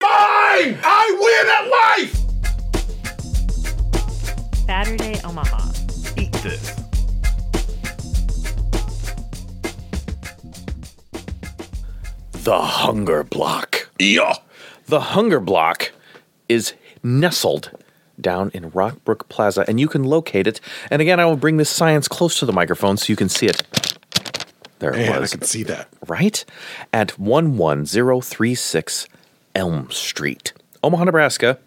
game. I win at life. Saturday, Omaha. Eat this. The Hunger Block. Yeah. The Hunger Block is nestled down in Rockbrook Plaza, and you can locate it. And again, I will bring this science close to the microphone so you can see it. There it Man, I was. can see that. Right? At 11036 Elm Street, Omaha, Nebraska.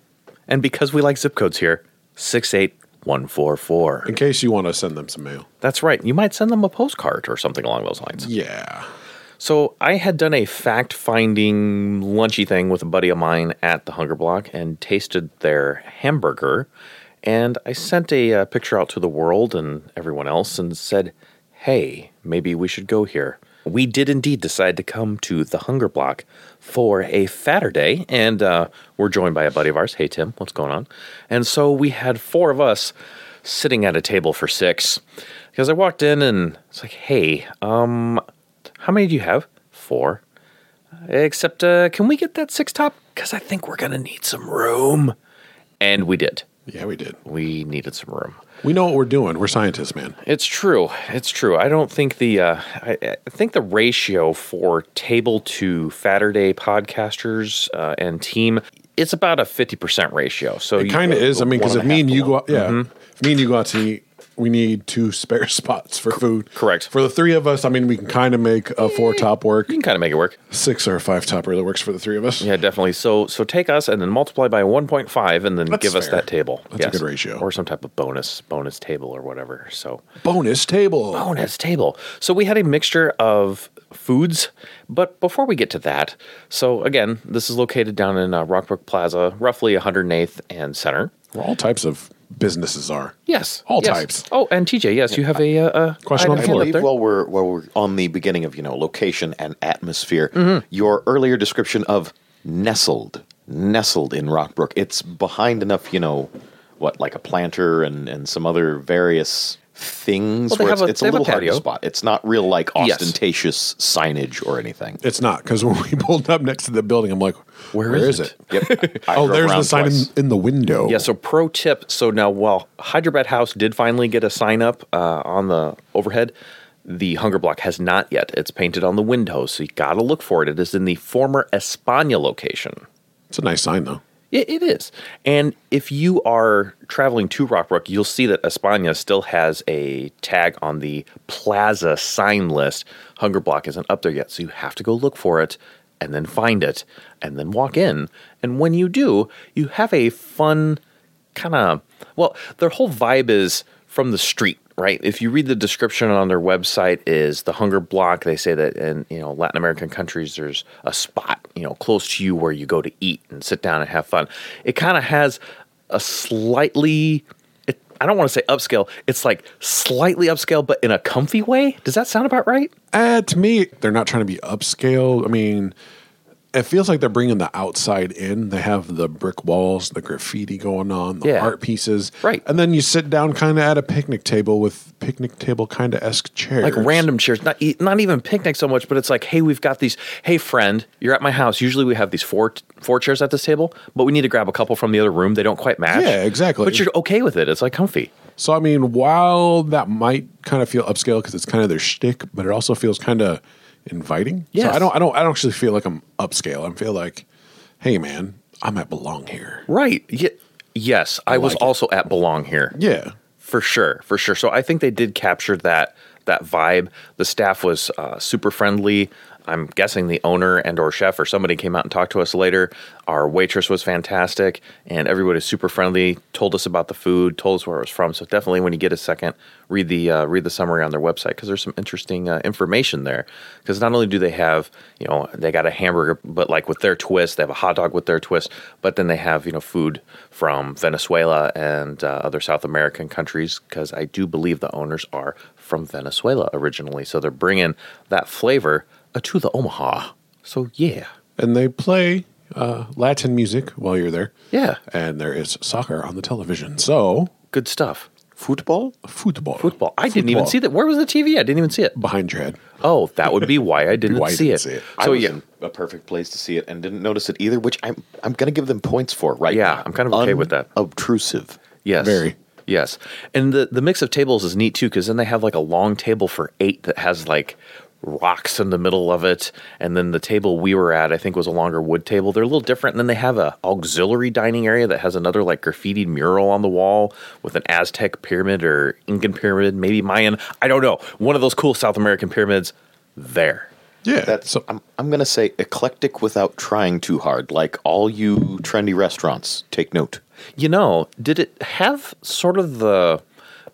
And because we like zip codes here, 68144. In case you want to send them some mail. That's right. You might send them a postcard or something along those lines. Yeah. So I had done a fact finding lunchy thing with a buddy of mine at the Hunger Block and tasted their hamburger. And I sent a uh, picture out to the world and everyone else and said, hey, maybe we should go here. We did indeed decide to come to the Hunger Block for a Saturday, and uh, we're joined by a buddy of ours. Hey, Tim, what's going on? And so we had four of us sitting at a table for six because I walked in and it's like, hey, um, how many do you have? Four. Except, uh, can we get that six top? Because I think we're going to need some room. And we did. Yeah, we did. We needed some room. We know what we're doing. We're scientists, man. It's true. It's true. I don't think the uh, I, I think the ratio for table to Saturday podcasters uh, and team it's about a fifty percent ratio. So It kind of is. I mean, because if me and you go out, yeah, if me and you go out to eat, we need two spare spots for food. correct. For the three of us, I mean, we can kind of make a four top work, you can kind of make it work. six or a five topper that works for the three of us. Yeah, definitely. So so take us and then multiply by one point five and then That's give us fair. that table. That's a good ratio. or some type of bonus bonus table or whatever. So Bonus table. bonus table. So we had a mixture of foods, but before we get to that, so again, this is located down in uh, Rockbrook Plaza, roughly 108th and Center. Where all types of businesses are. Yes, All yes. types. Oh, and TJ, yes, you have a, uh uh Question on item the I floor. hand up believe there. while we're while we're on the beginning of you know location and atmosphere, Mm-hmm. your earlier description of nestled, nestled in Rockbrook, it's behind enough you know what like a planter and and some other various things Well, they where have it's a- a, it's a they have a little hard to patio. spot. It's not real like Yes. ostentatious signage or anything. It's not because when we pulled up next to the building, I'm like, where is is, it? it? Yep. I oh, drove there's the around sign in, twice. in the window. Yeah, so pro tip. So now, while Hyderabad House did finally get a sign up uh, on the overhead, the Hunger Block has not yet. It's painted on the windows, so you gotta look for it. It is in the former Espana location. It's a nice sign, though. It, it is. And if you are traveling to Rockbrook, you'll see that Espana still has a tag on the plaza sign list. Hunger Block isn't up there yet, so you have to go look for it and then find it and then walk in. And when you do, you have a fun kind of well, their whole vibe is from the street, right? If you read the description on their website is the hunger block, they say that in, you know, Latin American countries there's a spot, you know, close to you where you go to eat and sit down and have fun. It kind of has a slightly it, I don't want to say upscale. It's like slightly upscale but in a comfy way. Does that sound about right? Uh, to me, they're not trying to be upscale. I mean, it feels like they're bringing the outside in. They have the brick walls, the graffiti going on, the Yeah. art pieces. Right. And then you sit down kind of at a picnic table with picnic table kind of esque chairs. like random chairs, not e- not even picnic so much, but it's like, hey, we've got these. Hey, friend, you're at my house. Usually we have these four four chairs at this table, but we need to grab a couple from the other room. They don't quite match. Yeah, exactly. But you're okay with it. It's like comfy. So, I mean, while that might kind of feel upscale because it's kind of their shtick, but it also feels kind of inviting. Yeah. Yes. So I don't, I don't, I don't actually feel like I'm upscale. I feel like, hey, man, I might belong here. Right. Ye- yes, I, was also at belong here. Yeah. for sure for sure so i think they did capture that that vibe the staff was uh, super friendly i'm guessing the owner and or chef or somebody came out and talked to us later our waitress was fantastic and everybody was super friendly told us about the food told us where it was from so definitely when you get a second read the uh, read the summary on their website because there's some interesting uh, information there because not only do they have you know they got a hamburger but like with their twist they have a hot dog with their twist but then they have you know food from venezuela and uh, other south american countries because i do believe the owners are from venezuela originally so they're bringing that flavor uh, to the omaha so yeah and they play uh, Latin music while you're there. Yeah. And there is soccer on the television. So, good stuff Football? football. football i didn't even see that where was the tv i didn't even see it Behind your head. Oh, that would be why I didn't, Why you see, didn't it. see it. I So was yeah, in a perfect place to see it and didn't notice it either, which I'm I'm gonna give them points for right Yeah, now. I'm kind of okay with that. Obtrusive. Yes. Very. Yes. And the, the mix of tables is neat too, because then they have like a long table for eight that has like rocks in the middle of it. And then the table we were at, I think, was a longer wood table. They're a little different. And then they have a auxiliary dining area that has another like graffitied mural on the wall with an Aztec pyramid or Incan pyramid, maybe Mayan. I don't know. One of those cool South American pyramids there. Yeah. That's so I'm I'm gonna say eclectic without trying too hard. Like all you trendy restaurants, take note. You know, did it have sort of the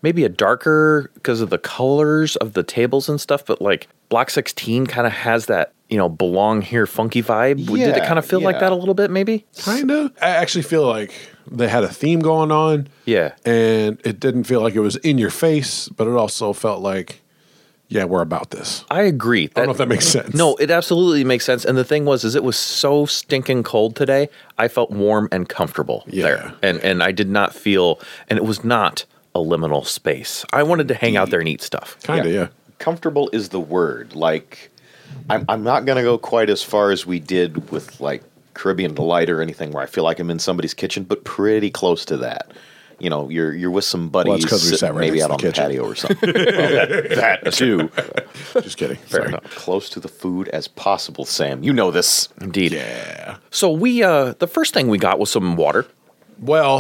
maybe a darker because of the colors of the tables and stuff, but like Block 16 kind of has that, you know, belong here funky vibe? did it Yeah, kind of feel like yeah. that a little bit, maybe? kind of. I actually feel like they had a theme going on. Yeah. And it didn't feel like it was in your face, but it also felt like, yeah, we're about this. I agree. I don't know if that makes sense. No, it absolutely makes sense. And the thing was, is it was so stinking cold today. I felt warm and comfortable Yeah, there, and and I did not feel, and it was not a liminal space. I wanted to hang out there and eat stuff. Kind of, yeah. Comfortable is the word. Like I'm I'm not gonna go quite as far as we did with like Caribbean Delight or anything where I feel like I'm in somebody's kitchen, but pretty close to that. You know, you're you're with some buddies 'cause we sitting sat right maybe next out to on the kitchen. the patio or something. Well, that, that too. Just kidding. Fair Sorry. enough. Close to the food as possible, Sam. You know this. Indeed. Yeah. So we, uh, the first thing we got was some water. Well,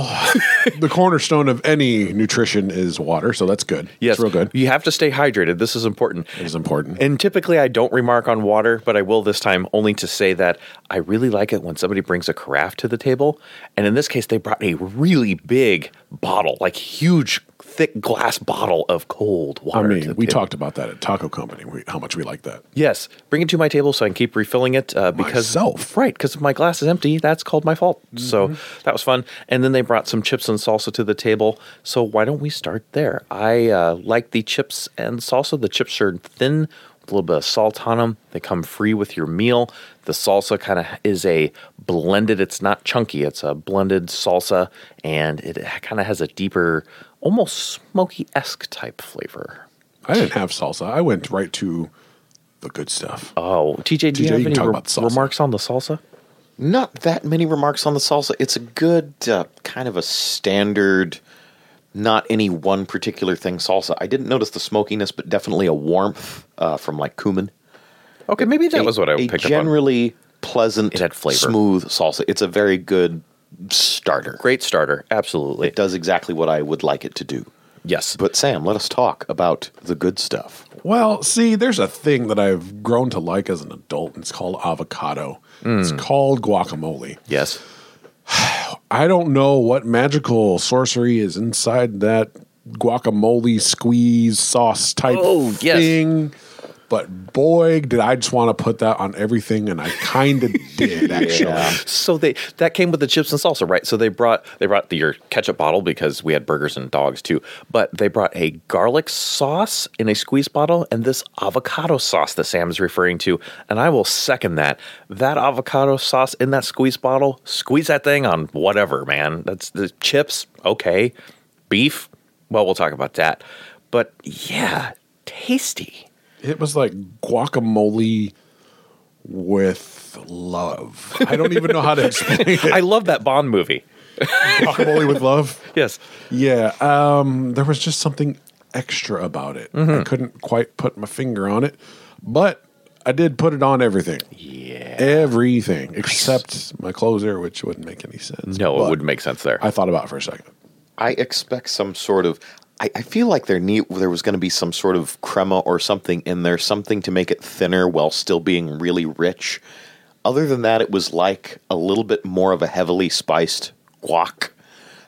the cornerstone of any nutrition is water, so that's good. Yes, It's real good. You have to stay hydrated. This is important. It is important. And typically, I don't remark on water, but I will this time only to say that I really like it when somebody brings a carafe to the table. And in this case, they brought a really big bottle, like huge, thick glass bottle of cold I water. to the mean, we table. talked about that at Taco Company, we, how much we like that. Yes, bring it to my table so I can keep refilling it. Uh, because Myself. Mm-hmm. right? Because my glass is empty. That's called my fault. So that was fun. And then they brought some chips and salsa to the table. So why don't we start there? I uh, like the chips and salsa. The chips are thin, with a little bit of salt on them. They come free with your meal. The salsa kind of is a blended. It's not chunky. It's a blended salsa, and it kind of has a deeper, almost smoky esque type flavor. I didn't have salsa. I went right to the good stuff. Oh, TJ, do TJ, you you have any talk re- about the salsa. remarks on the salsa? Not that many remarks on the salsa. It's a good uh, kind of a standard, not any one particular thing salsa. I didn't notice the smokiness, but definitely a warmth uh, from like cumin. Okay, maybe that A- was what I a picked up on. generally pleasant, It had flavor. smooth salsa. It's a very good starter. Great starter, absolutely. It does exactly what I would like it to do. Yes, but But Sam, let us talk about the good stuff. Well, see, there's a thing that I've grown to like as an adult, and it's called avocado. Mm. It's called guacamole. yes, I don't know what magical sorcery is inside that guacamole squeeze sauce type Oh, yes. thing. But boy, did I just want to put that on everything, and I kind of did actually. so they that came with the chips and salsa, right? So they brought they brought the, your ketchup bottle because we had burgers and dogs too, but they brought a garlic sauce in a squeeze bottle and this avocado sauce that Sam is referring to, and I will second that. That avocado sauce in that squeeze bottle, squeeze that thing on whatever, man. That's the chips, okay, beef. Well, we'll talk about that, but yeah, tasty. It was like guacamole with love. I don't even know how to explain it. I love that Bond movie. guacamole with love. Yes. Yeah, um, there was just something extra about it. I couldn't quite put my finger on it, but I did put it on everything. Yeah. Everything except my closer, which wouldn't make any sense. No, But it wouldn't make sense there. I thought about it for a second. I expect some sort of. I, I feel like there need there was going to be some sort of crema or something in there, something to make it thinner while still being really rich. Other than that, it was like a little bit more of a heavily spiced guac.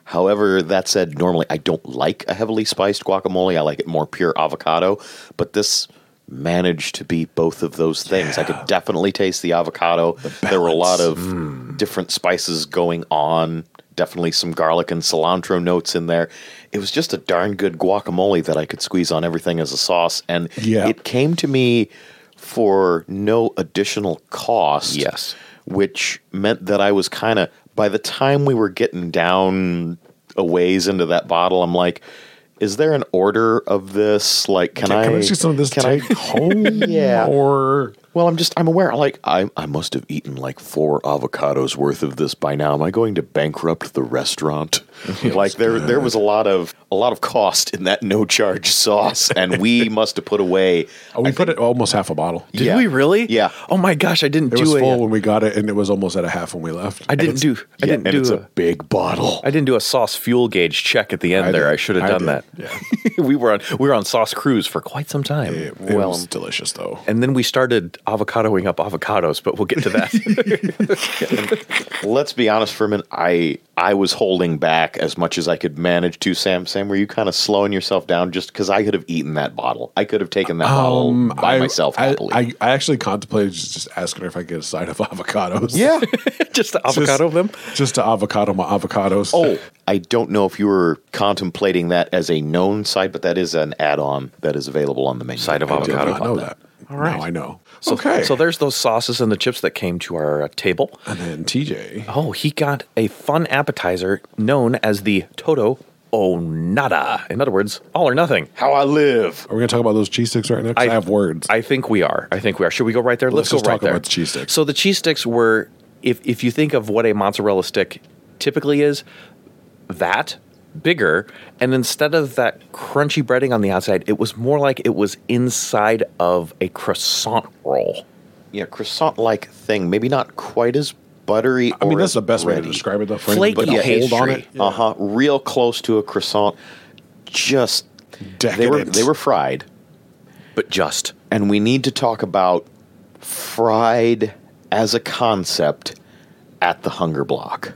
However, that said, normally I don't like a heavily spiced guacamole. I like it more pure avocado, but this managed to be both of those things. I could definitely taste the avocado. there were a lot of Hmm. different spices going on. Definitely some garlic and cilantro notes in there. It was just a darn good guacamole that I could squeeze on everything as a sauce. And Yeah. it came to me for no additional cost Yes. which meant that I was kind of by the time we were getting down a ways into that bottle, I'm like, Is there an order of this? Like, can, Can, I? I see some of this can I- take home? Yeah. Or Well, I'm just I'm aware. Like I I must have eaten like four avocados worth of this by now. Am I going to bankrupt the restaurant? like there there was a lot of a lot of cost in that no charge sauce, and we must have put away. oh, we put it almost half a bottle. Did Yeah. we really? Yeah. Oh my gosh, I didn't It do was a. uh, full when we got it, and it was almost at a half when we left. I didn't do. I Yeah, didn't and do. it's A, a big bottle. I didn't do a sauce fuel gauge check at the end there. did. I should have I done did. that. Yeah. we were on we were on sauce cruise for quite some time. It, it Well- was delicious though. And then we started avocadoing up avocados, but we'll get to that. Let's be honest for a minute. I I was holding back as much as I could manage to. Sam, Sam, were you kind of slowing yourself down just because I could have eaten that bottle? I could have taken that Um, bottle by I, myself I, happily. I, I actually contemplated just, just asking her if I could get a side of avocados. yeah. Just to avocado them. Just to avocado my avocados. Oh, I don't know if you were contemplating that as a known side, but that is an add-on that is available on the menu. Side of I I did did avocado. not not know know that. All right. Now I know. So, okay. So there's those sauces and the chips that came to our uh, table. and then TJ. Oh, he got a fun appetizer known as the Toto o nada. In other words, all or nothing. How I live. Are we going to talk about those cheese sticks right now? 'Cause I, have words. I think we are. I think we are. Should we go right there? Let's, Let's just go right talk there. about the cheese sticks. So the cheese sticks were, if if you think of what a mozzarella stick typically is, that bigger, and instead of that crunchy breading on the outside, it was more like it was inside of a croissant roll. Yeah, croissant-like thing. Maybe not quite as buttery. I mean, that's the best way to describe it, though. for anybody Flaky to hold on pastry. it. Uh huh. Real close to a croissant. Just they were Decadent. they were fried, But just and we need to talk about fried as a concept at the hunger block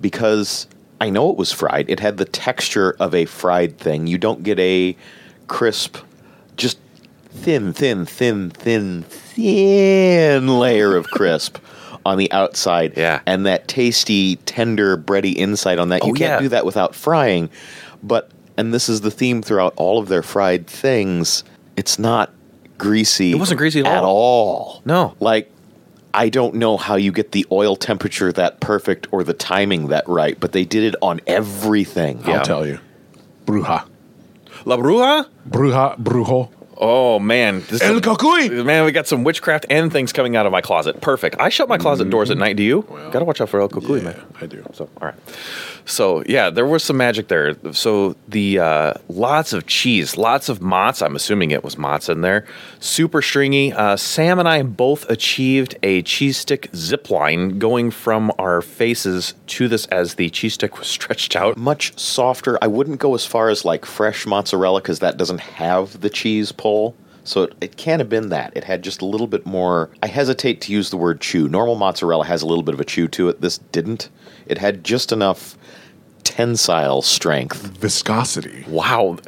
because I know it was fried. It had the texture of a fried thing. You don't get a crisp, just thin, thin, thin, thin, thin layer of crisp on the outside. Yeah. And that tasty, tender, bready inside on that. You Oh, can't yeah. do that without frying. But, and this is the theme throughout all of their fried things, it's not greasy. It wasn't greasy at At all. No. Like, I don't know how you get the oil temperature that perfect or the timing that right, but they did it on everything. I'll Yeah. tell you. Bruja. la bruja. Bruja, brujo. Oh man, this El Cocuy! Man, we got some witchcraft and things coming out of my closet. Perfect. I shut my closet doors at night. Do you? Got to watch out for El Cucuy, Yeah, man. I do. So, all right. So, yeah, there was some magic there. So, the uh, lots of cheese, lots of mozz. I'm assuming it was mozz in there. Super stringy. Uh, Sam and I both achieved a cheese stick zip line going from our faces to this as the cheese stick was stretched out. Much softer. I wouldn't go as far as like fresh mozzarella because that doesn't have the cheese pull. So it, it can't have been that. It had just a little bit more. I hesitate to use the word chew. Normal mozzarella has a little bit of a chew to it. This didn't. It had just enough tensile strength. Viscosity. Wow.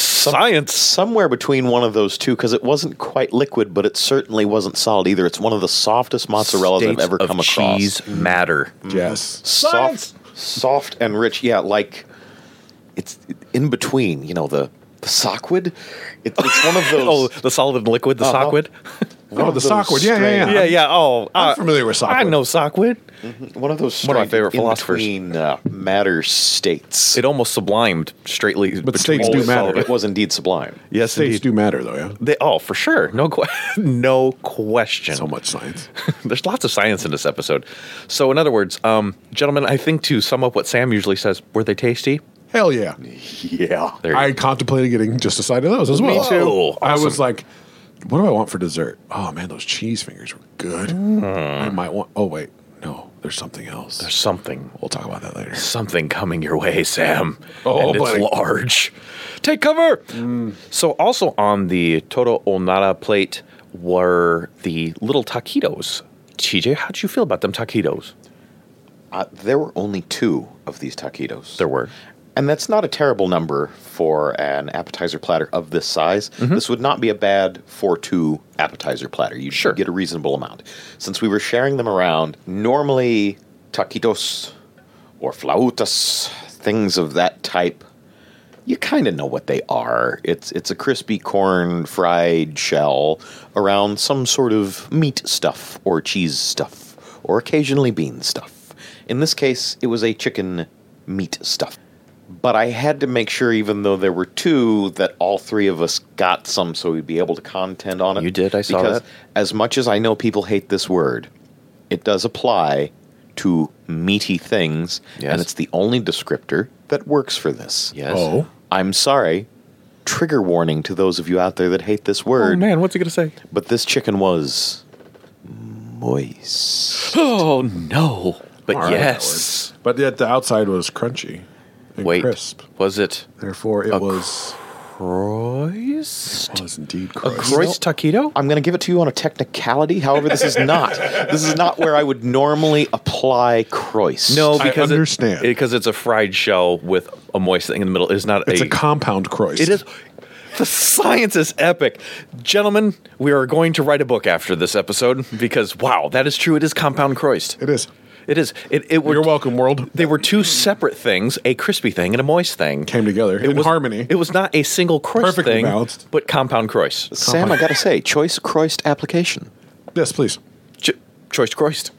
Science. somewhere between one of those two because it wasn't quite liquid, but it certainly wasn't solid either. It's one of the softest mozzarellas I've States ever of come across. cheese matter. Yes. Soft, soft and rich. Yeah, like it's in between. You know the the sockwood. It, it's one of Oh, those. the solid and liquid, the Uh-huh. sockwood. one Oh, of the those sockwood. Yeah, yeah, strange- Yeah, yeah. Oh, I'm uh, familiar with I sockwood. know sockwood. One of those. Oh, One of my strange favorite philosophers. In-between uh, matter states. It almost sublimed straightly. between states do all matter. solid- It was indeed sublime. Yes, States indeed. do matter, though, yeah? They, oh, for sure. No, que- no question. So much science. There's lots of science in this episode. So, in other words, um, gentlemen, I think to sum up what Sam usually says, were they tasty? Hell yeah. Yeah. There I contemplated getting just a side of those as well. too. Whoa, I was like, what do I want for dessert? Oh man, those cheese fingers were good. I might want. Oh wait, no, there's something else. Hmm. There's something, we'll talk about that later. something coming your way, Sam. Oh, and buddy. Mm. it's large. Take cover. So, also on the Toto Onada plate were the little taquitos. TJ, how'd you feel about them taquitos? Uh, there were only two of these taquitos. There were. And that's not a terrible number for an appetizer platter of this size. Mm-hmm. This would not be a bad 4 2 appetizer platter. You Sure. should get a reasonable amount. Since we were sharing them around, normally taquitos or flautas, things of that type, you kind of know what they are. It's, it's a crispy corn fried shell around some sort of meat stuff or cheese stuff or occasionally bean stuff. In this case, it was a chicken meat stuff But I had to make sure, even though there were two, that all three of us got some so we'd be able to contend on it. You did, I saw because that. As much as I know people hate this word, it does apply to meaty things, Yes. and it's the only descriptor that works for this. Yes. Oh, I'm sorry. Trigger warning to those of you out there that hate this Oh, word, man, what's he gonna say? but this chicken was moist. Oh no! But all right, that yes, works. But yet the outside was crunchy and wait, crisp. was it Therefore, it was Royce? was indeed A crisp. Royce taquito? I'm going to give it to you on a technicality. However, this is not. this is not where I would normally apply Kreuz. No, I because it- understand. it- because it's a fried shell with a moist thing in the middle. It's not It's a. a compound croissant. it is. The science is epic, gentlemen. We are going to write a book after this episode because wow, that is true. It is compound croist. It is. It is. It. It. Were, You're welcome, world. They were two separate things: a crispy thing and a moist thing. Came together in was, harmony. It was not a single croist Perfectly thing, balanced. but compound croist. Sam, I got to say, choice Kreuz application. yes, please. Ch- choice Christ.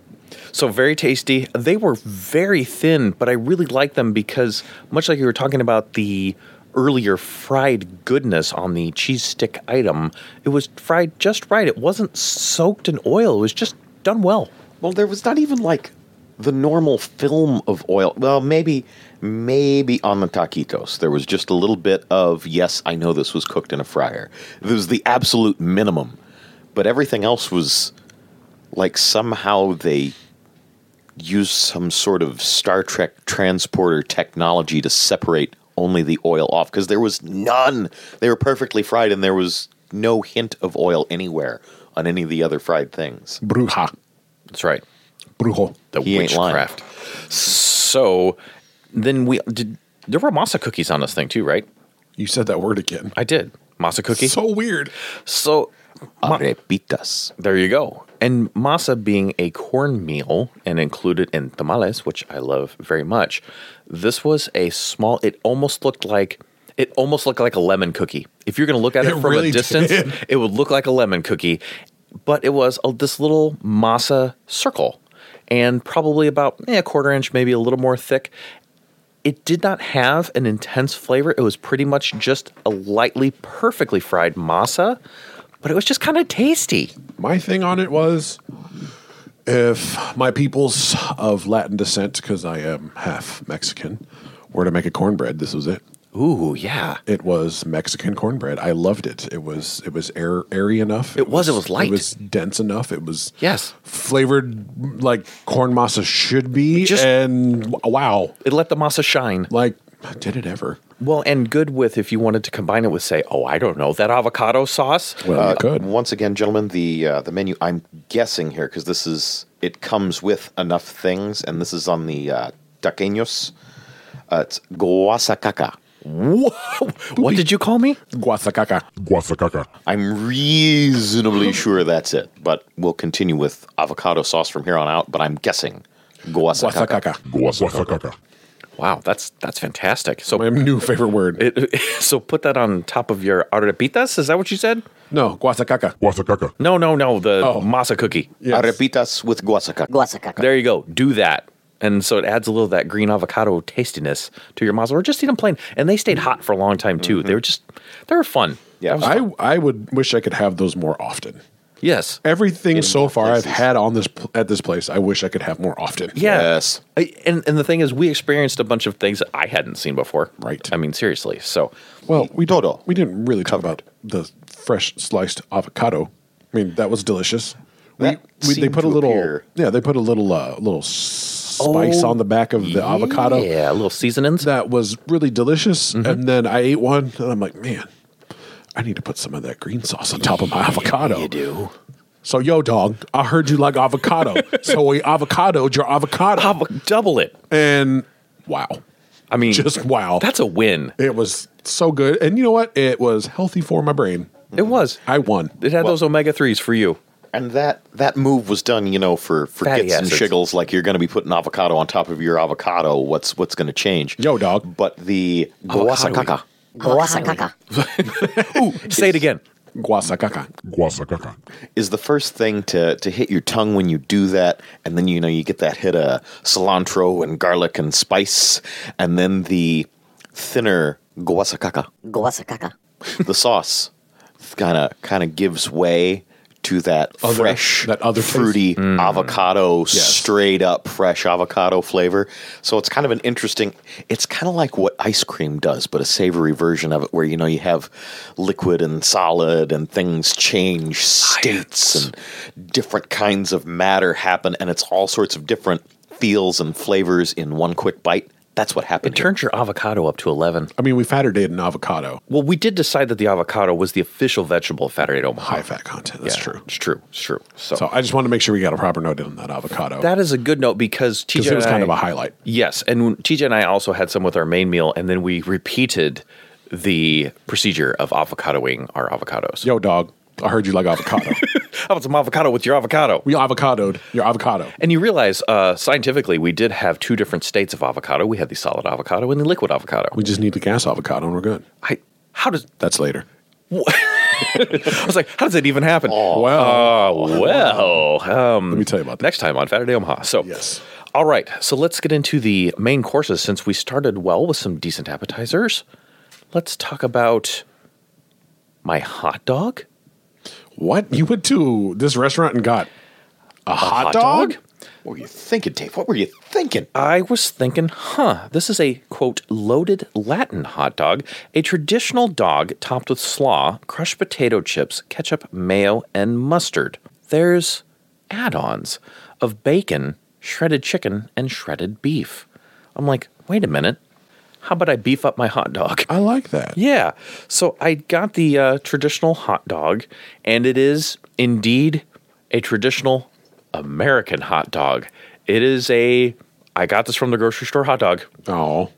So very tasty. They were very thin, but I really like them because much like you were talking about the earlier fried goodness on the cheese stick item, it was fried just right. It wasn't soaked in oil. It was just done well. Well, there was not even like the normal film of oil. Well, maybe, maybe on the taquitos, there was just a little bit of yes. I know this was cooked in a fryer. This was the absolute minimum, but everything else was like somehow they used some sort of Star Trek transporter technology to separate only the oil off because there was none. They were perfectly fried, and there was no hint of oil anywhere on any of the other fried things. Bruja. That's right. Brujo. The He ain't lying. witchcraft. So then we did. There were masa cookies on this thing too, right? You said that word again. I did masa cookie. So weird. so Arepitas. There you go. And masa being a cornmeal and included in tamales, which I love very much, this was a small. It almost looked like it almost looked like a lemon cookie. If you're going to look at it, It from really a distance, did. it would look like a lemon cookie, but it was a, this little masa circle, and probably about eh, a quarter inch, maybe a little more thick. It did not have an intense flavor. It was pretty much just a lightly, perfectly fried masa, but it was just kind of tasty. My thing on it was if my peoples of Latin descent, because I am half Mexican, were to make a cornbread, this was it. Ooh, yeah. It was Mexican cornbread. I loved it. It was it was air, airy enough. It was, it was light. It was dense enough. It was Yes. flavored like corn masa should be. Just- and wow, It let the masa shine. like did it ever? Well, and good with if you wanted to combine it with, say, oh, I don't know, that avocado sauce. Well, Uh, it could. Once again, gentlemen, the uh, the menu. I'm guessing here because this is it comes with enough things, and this is on the uh, taqueños. Uh, it's guasacaca. What did you call me? Guasacaca. I'm reasonably sure that's it, but we'll continue with avocado sauce from here on out. But I'm guessing guasacaca. Guasacaca. Wow, that's that's fantastic. So My new favorite word. it, so put that on top of your arepitas. Is that what you said? no, guasacaca. No, no, no. The Oh. masa cookie. Yes. Arepitas with guasacaca. There you go. Do that. And so it adds a little of that green avocado tastiness to your masa, or just eat them plain. And they stayed hot for a long time Mm-hmm. too. They were just they were fun. Yeah. That was- I I would wish I could have those more often. yes. Everything so more far I've places. had on this pl- at this place, I wish I could have more often. Yeah. Yes. I, and and the thing is, we experienced a bunch of things that I hadn't seen before. Right. I mean, seriously. So Well, we Todo. we didn't really talk about the fresh sliced avocado. I mean, that was delicious. We, That we they seemed put a to little appear- yeah they put a little uh, little spice Oh, on the back of the avocado Yeah, a little seasonings. that was really delicious. And then I ate one and I'm like, man, I need to put some of that green sauce on top of my avocado. you do. So yo, dog, I heard you like avocado, so we avocadoed your avocado. Avo- double it. and wow, I mean, just wow. that's a win. it was so good. And you know what? It was healthy for my brain. It was. I won. It had those omega threes for you. And that that move was done, you know, for for Fatty gits and acids. shiggles. Like you're going to be putting avocado on top of your avocado. What's what's going to change? Yo, dog. But the Avocado-y. guasacaca. Guasacaca. Ooh, say it again. Guasacaca. is the first thing to to hit your tongue when you do that, and then you know you get that hit of cilantro and garlic and spice, and then the thinner guasacaca. Guasacaca. The sauce kind of kind of gives way to that Other- fresh, that other taste. fruity avocado, Yes. straight up fresh avocado flavor. So it's kind of an interesting. It's kind of like what ice cream does, but a savory version of it, where you know you have liquid and solid, and things change states, and different kinds of matter happen, and it's all sorts of different feels and flavors in one quick bite. That's what happened. here. Turned your avocado up to 11. I mean, we fatter dated an avocado. Well, we did decide that the avocado was the official vegetable of Saturday at Omaha. High fat content. That's Yeah, true. It's true. It's true. So, So I just wanted to make sure we got a proper note in on that avocado. that is a good note because TJ because it was and kind of a I- highlight. Yes, and when- TJ and I also had some with our main meal, and then we repeated the procedure of avocadoing our avocados. Yo, dog, I heard you like avocado. How about some avocado with your avocado? we avocadoed your avocado. And you realize, uh, scientifically, we did have two different states of avocado. We had the solid avocado and the liquid avocado. We just need the gas avocado and we're good. I, how does That's later. I was like, how does that even happen? Well, Oh, well, um, let me tell you about that. next time on Saturday Omaha. So Yes. all right. So let's get into the main courses since we started well with some decent appetizers. Let's talk about my hot dog. what you went to this restaurant and got a, hot, hot dog? dog? What were you thinking, Dave? What were you thinking? I was thinking, huh, this is a quote loaded Latin hot dog, a traditional dog topped with slaw, crushed potato chips, ketchup, mayo, and mustard. There's add-ons of bacon, shredded chicken, and shredded beef. I'm like, wait a minute. How about I beef up my hot dog? I like that. Yeah. So I got the uh, traditional hot dog, and it is indeed a traditional American hot dog. It is a, I got this from the grocery store hot dog, Oh,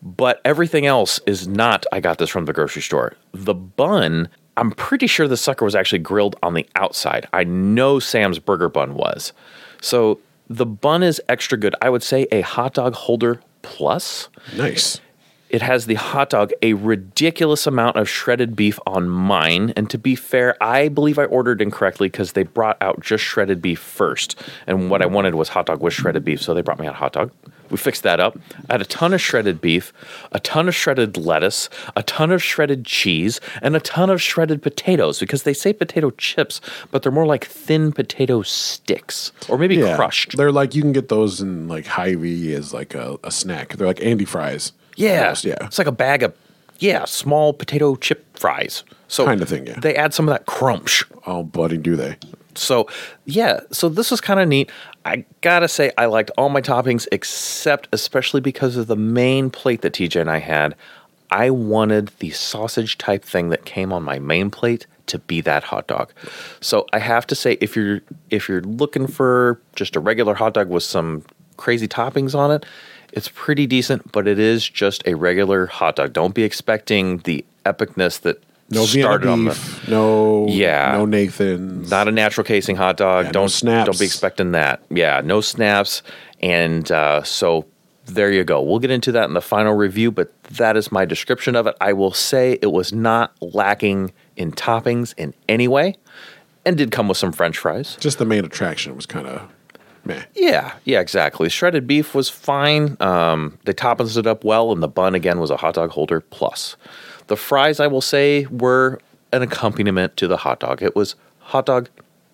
but everything else is not, I got this from the grocery store. The bun, I'm pretty sure the sucker was actually grilled on the outside. I know Sam's burger bun was. So the bun is extra good. I would say a hot dog holder plus. nice. It has the hot dog, a ridiculous amount of shredded beef on mine. And to be fair, I believe I ordered incorrectly because they brought out just shredded beef first. And what I wanted was hot dog with shredded beef. So they brought me out hot dog. We fixed that up. I had a ton of shredded beef, a ton of shredded lettuce, a ton of shredded cheese, and a ton of shredded potatoes because they say potato chips, but they're more like thin potato sticks or maybe Yeah. crushed. They're like you can get those in like Hy-Vee as like a, a snack. They're like Andy fries. Yeah. Almost, yeah. It's like a bag of, yeah, small potato chip fries. So Kinda thing, yeah. They add some of that crunch. Oh, buddy, do they? So, yeah. So this was kind of neat. I gotta say, I liked all my toppings except, especially because of the main plate that TJ and I had. I wanted the sausage type thing that came on my main plate to be that hot dog. So I have to say, if you're if you're looking for just a regular hot dog with some crazy toppings on it. It's pretty decent, but it is just a regular hot dog. Don't be expecting the epicness that No started on Vienna the beef. no. Yeah. No Nathan's. not a natural casing hot dog. Yeah, no don't snaps. Don't be expecting that. Yeah, no snaps. And uh, so there you go. We'll get into that in the final review, but that is my description of it. I will say it was not lacking in toppings in any way, and did come with some French fries. just the main attraction was kind of meh. Yeah, yeah, exactly. Shredded beef was fine. Um, they toppings it up well, and the bun again was a hot dog holder plus. The fries, I will say, were an accompaniment to the hot dog. It was hot dog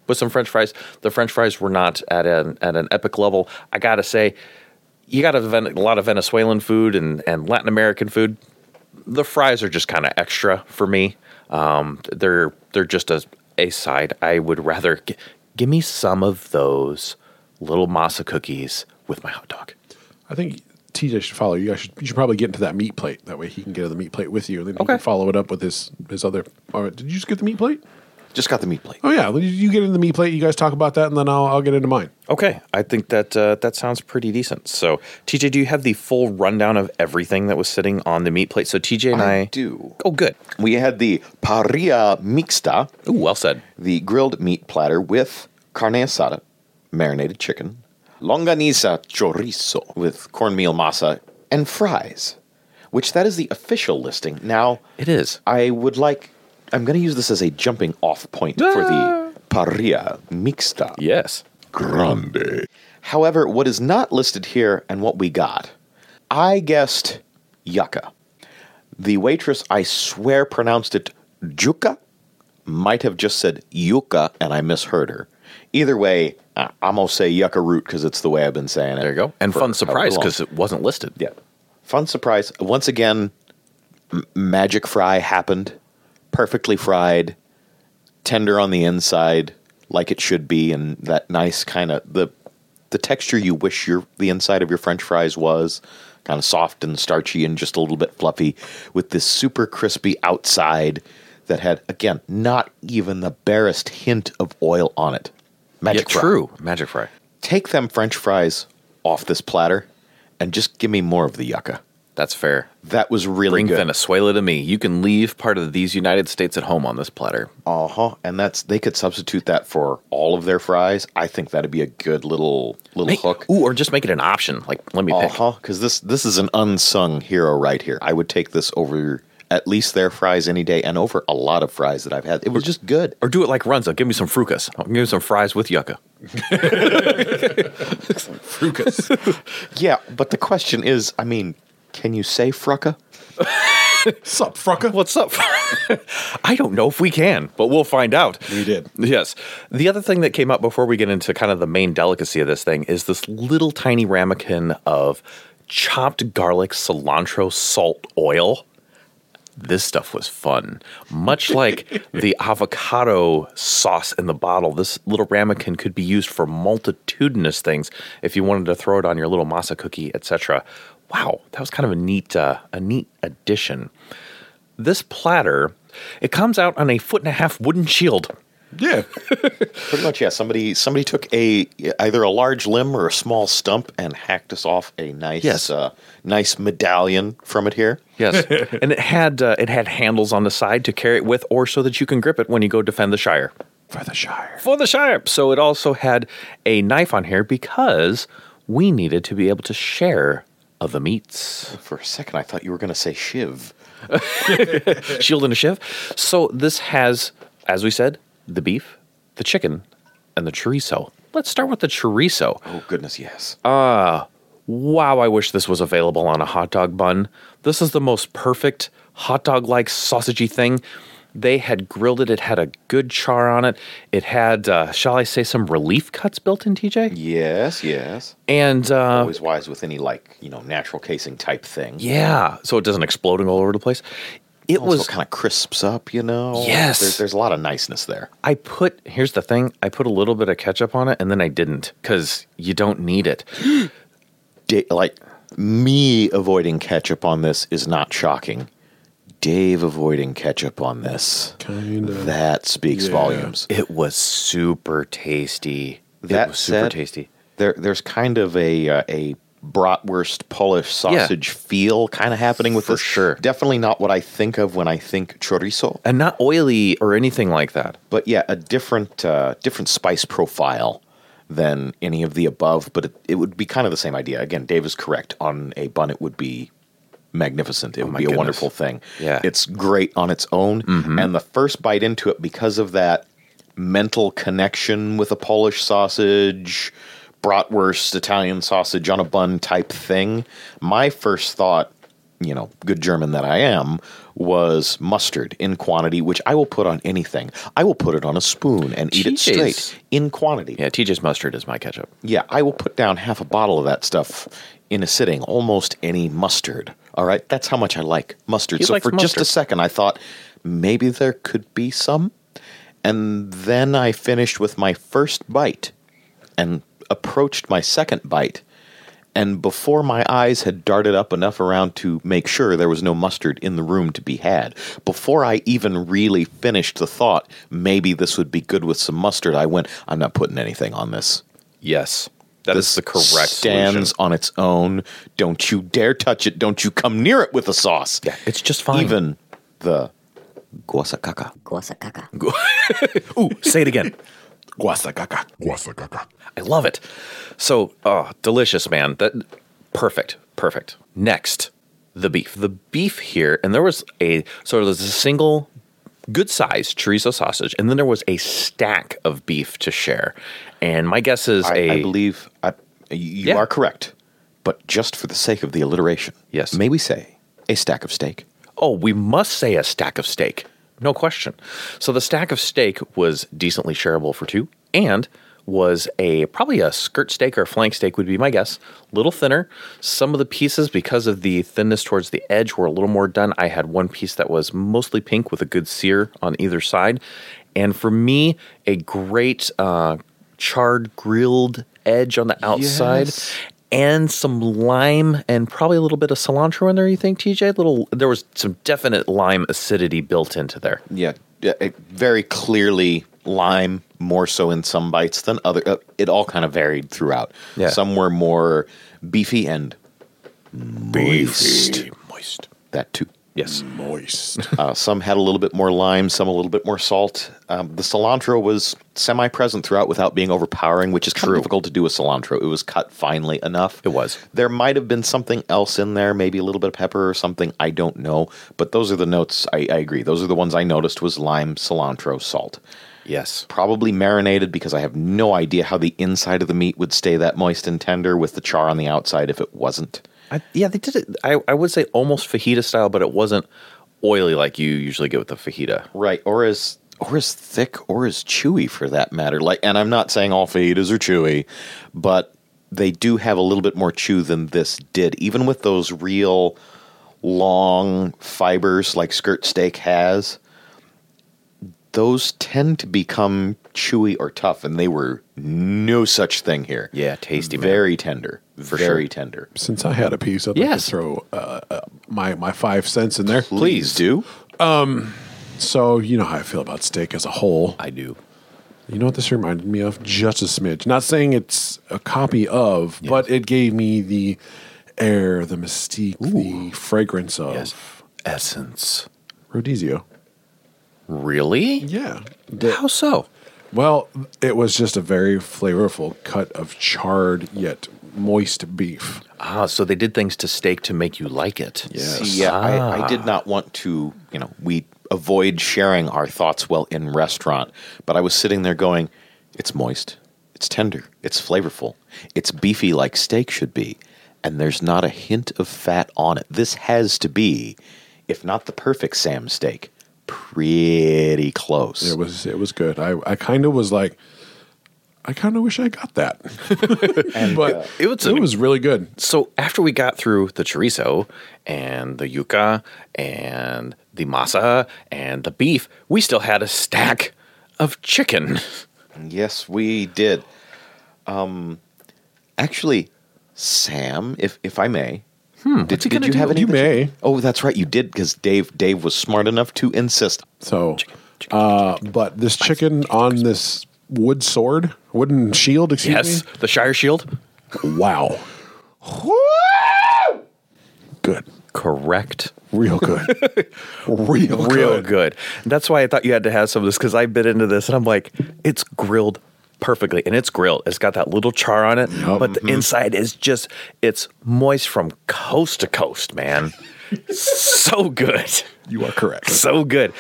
with some French fries. The French fries were not at an at an epic level. I gotta say, you got a, Ven- a lot of Venezuelan food and and Latin American food. The fries are just kind of extra for me. Um, they're they're just a a side. I would rather g- give me some of those little masa cookies with my hot dog. I think TJ should follow you. I should. You should probably get into that meat plate. That way he can get the meat plate with you, and then he Okay. can follow it up with his his other. All right. Did you just get the meat plate? Just got the meat plate. Oh yeah. well, You you get into the meat plate. You guys talk about that, and then I'll I'll get into mine. Okay, I think that uh, that sounds pretty decent. So, TJ, do you have the full rundown of everything that was sitting on the meat plate? So, TJ and I, I do. Oh, good. We had the parrilla mixta, Ooh, well said. the grilled meat platter with carne asada, marinated chicken, longaniza chorizo with cornmeal masa, and fries, which that is the official listing. Now, It is. I would like, I'm going to use this as a jumping off point for the parrilla mixta. Yes. Grande. However, what is not listed here and what we got, I guessed yucca. The waitress, I swear, pronounced it Juka, might have just said Yuka, and I misheard her. Either way, I- I'm going to say Yucca Root because it's the way I've been saying it. There you go. And for fun however surprise long. because it wasn't listed. Yeah. Fun surprise. Once again, m- magic fry happened. Perfectly fried, tender on the inside, like it should be, and that nice kind of the the texture you wish your the inside of your French fries was, kind of soft and starchy and just a little bit fluffy, with this super crispy outside that had again not even the barest hint of oil on it. Yeah, Magic fry true. Magic fry. take them french fries off this platter and just give me more of the yucca. That's fair. That was really Bring good. Venezuela to me. You can leave part of these United States at home on this platter. Uh-huh. And that's they could substitute that for all of their fries. I think that'd be a good little little Make- hook. Ooh, or just make it an option. Like, let me pick. Uh-huh, cuz this this is an unsung hero right here. I would take this over at least their fries any day and over a lot of fries that I've had. It was just good. Or do it like Runza. Give me some frucas. I'll give me some fries with yucca. Frucas. Yeah, but the question is, I mean, can you say frucka? Sup, Frucka? What's up? I don't know if we can, but we'll find out. We did. Yes. The other thing that came up before we get into kind of the main delicacy of this thing is this little tiny ramekin of chopped garlic, cilantro, salt, oil. This stuff was fun. Much like the avocado sauce in the bottle, this little ramekin could be used for multitudinous things if you wanted to throw it on your little masa cookie, etc. Wow, that was kind of a neat uh, a neat addition. This platter, it comes out on a foot and a half wooden shield. Yeah. Pretty much, yeah. Somebody somebody took a either a large limb or a small stump and hacked us off a nice Yes. uh, nice medallion from it here. Yes, and it had uh, it had handles on the side to carry it with, or so that you can grip it when you go defend the Shire. For the Shire. For the Shire, so it also had a knife on here because we needed to be able to share of the meats. For a second, I thought you were going to say shiv. Shield and a shiv. So this has, as we said, the beef, the chicken, and the chorizo. Let's start with the chorizo. Oh goodness, yes. Wow, I wish this was available on a hot dog bun. This is the most perfect hot dog like sausagey thing. They had grilled it, it had a good char on it. It had, uh, shall I say, some relief cuts built in, TJ? yes, yes. And uh, Always wise with any like you know natural casing type thing. yeah, so it doesn't explode all over the place. It Also was, kind of crisps up, you know. Yes. there's, there's a lot of niceness there. I put, here's the thing I put a little bit of ketchup on it and then I didn't because you don't need it. Da- like me avoiding ketchup on this is not shocking. Dave avoiding ketchup on this. Kind of. That speaks Yeah. volumes. It was super tasty. it That was super said, tasty. There, there's kind of a uh, a bratwurst Polish Yeah. sausage feel kind of happening with For this. sure. Definitely not what I think of when I think chorizo, And not oily or anything like that. but yeah, a different uh, different spice profile than any of the above. But it, it would be kind of the same idea. Again, Dave is correct. On a bun, it would be magnificent. It would Oh my be a goodness. wonderful thing. Yeah. Mm-hmm. it's great on its own, and the first bite into it because of that mental connection with a Polish sausage, bratwurst, Italian sausage on a bun type thing. My first thought, you know, good German that I am, was mustard in quantity, which I will put on anything. I will put it on a spoon and eat it TJ's. straight in quantity. Yeah, TJ's mustard is my ketchup. Yeah, I will put down half a bottle of that stuff in a sitting, almost any mustard. All right, that's how much I like mustard. He so likes for just a mustard. second, I thought maybe there could be some. And then I finished with my first bite and approached my second bite. And before my eyes had darted up enough around to make sure there was no mustard in the room to be had, before I even really finished the thought, maybe this would be good with some mustard, I went, I'm not putting anything on this Yes, that is the correct stands solution. on its own. Don't you dare touch it. Don't you come near it with a sauce. Yeah, It's just fine. even the guasacaca. Guasacaca. ooh, say it again. Guasacaca. I love it. So, oh, delicious, man. That perfect, perfect. Next, the beef. The beef here, and there was a so there was a single good sized chorizo sausage, and then there was a stack of beef to share. And my guess is I, a I believe I, you Yeah. are correct, but just for the sake of the alliteration, Yes. may we say a stack of steak? oh, we must say a stack of steak. No question. So the stack of steak was decently shareable for two and was a probably a skirt steak or a flank steak would be my guess. Little thinner. Some of the pieces because of the thinness towards the edge were a little more done. I had one piece that was mostly pink with a good sear on either side. And for me, a great uh, charred grilled edge on the outside Yes. and some lime and probably a little bit of cilantro in there. You think, TJ? Little there was some definite lime acidity built into there. Yeah, yeah, it- very clearly lime more so in some bites than other. Uh, it all kind of varied throughout. Yeah. Some were more beefy and moist. moist. That too. Yes. Moist. Uh, some had a little bit more lime, some a little bit more salt. Um, the cilantro was semi-present throughout without being overpowering, which is kind of difficult to do with cilantro. It was cut finely enough. It was. There might have been something else in there, maybe a little bit of pepper or something. I don't know, but those are the notes. I, I agree. Those are the ones I noticed was lime, cilantro, salt. Yes. Probably marinated because I have no idea how the inside of the meat would stay that moist and tender with the char on the outside if it wasn't. I, yeah, they did it. I, I would say almost fajita style, but it wasn't oily like you usually get with the fajita. Right, or as or as thick or as chewy for that matter. Like and I'm not saying all fajitas are chewy, but they do have a little bit more chew than this did, even with those real long fibers like skirt steak has. Those tend to become chewy or tough, and they were no such thing here. Yeah, tasty, man. very tender, For very sure. tender. Since I had a piece, I'd like Yes. to throw uh, uh, my my five cents in there. Please do. So you know how I feel about steak as a whole. I do. You know what this reminded me of? Just a smidge. Not saying it's a copy of, but it gave me the air, the mystique, the fragrance of Yes. Essence. Rodizio. Really? Yeah. The- How so? well, it was just a very flavorful cut of charred yet moist beef. Ah, so they did things to steak to make you like it. Ah. Yes. See, yeah, I, I did not want to, you know, we avoid sharing our thoughts while in restaurant, but I was sitting there going, it's moist, it's tender, it's flavorful, it's beefy like steak should be, and there's not a hint of fat on it. This has to be, if not the perfect Sam steak, pretty close. It was it was good. I, I kind of was like, I kind of wish I got that, but It was it an- was really good. so after we got through the chorizo and the yuca and the masa and the beef, we still had a stack of chicken. Yes, we did. Um, actually, Sam, if if I may, did, Hmm, he did gonna you do? have any? You that may. Oh, that's right, you did because Dave Dave was smart enough to insist. So, uh, but this chicken on this wood sword, wooden shield, excuse Yes, the Shire Shield. me. Wow. Good. Correct. Real good. Real, Real good. good. That's why I thought you had to have some of this because I bit into this and I'm like, it's grilled perfectly. And it's grilled. It's got that little char on it, but the inside is just, it's moist from coast to coast, man. so good. You are correct. so good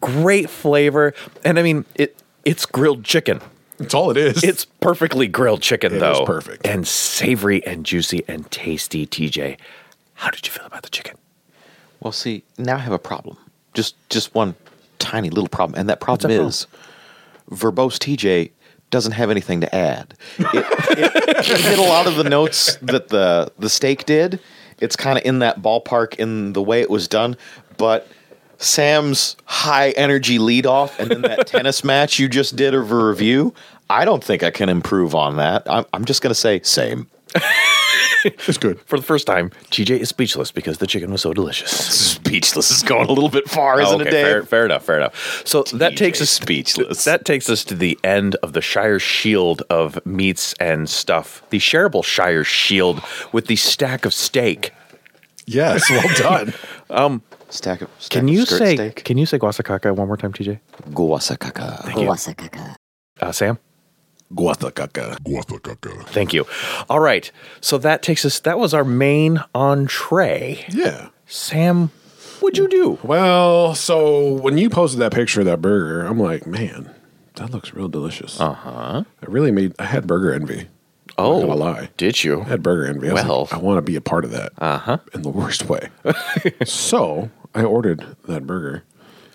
great flavor and i mean it it's grilled chicken That's all it is. it's perfectly grilled chicken It is though perfect. and savory and juicy and tasty tj how did you feel about the chicken Well, see, now I have a problem. Just just one tiny little problem, and that problem that problem? is verbose TJ doesn't have anything to add. It, it, it hit a lot of the notes that the the steak did. It's kind of in that ballpark in the way it was done, but Sam's high energy lead off and then that tennis match you just did of a review. I don't think I can improve on that. I'm, I'm just going to say same. it's good. for the first time tj is speechless because the chicken was so delicious Speechless is going a little bit far, isn't it, Dave? fair, fair enough fair enough so that takes us speechless. that takes us to the end of the Shire Shield of meats and stuff. The shareable Shire Shield with the stack of steak. Yes. Well done. stack of stack Can of you skirt say steak. can you say guasacaca one more time, TJ? Guasakaka. Uh, Sam? Guatacaca. Thank you. All right. So that takes us, that was our main entree. Yeah. Sam, what'd you do? Well, so when you posted that picture of that burger, I'm like, man, that looks real delicious. Uh huh. I really made. I had burger envy. Uh-huh. Oh, gonna lie. Did you? I had burger envy. I was Well. like, Uh-huh. I want to be a part of that. Uh huh. In the worst way. so I ordered that burger.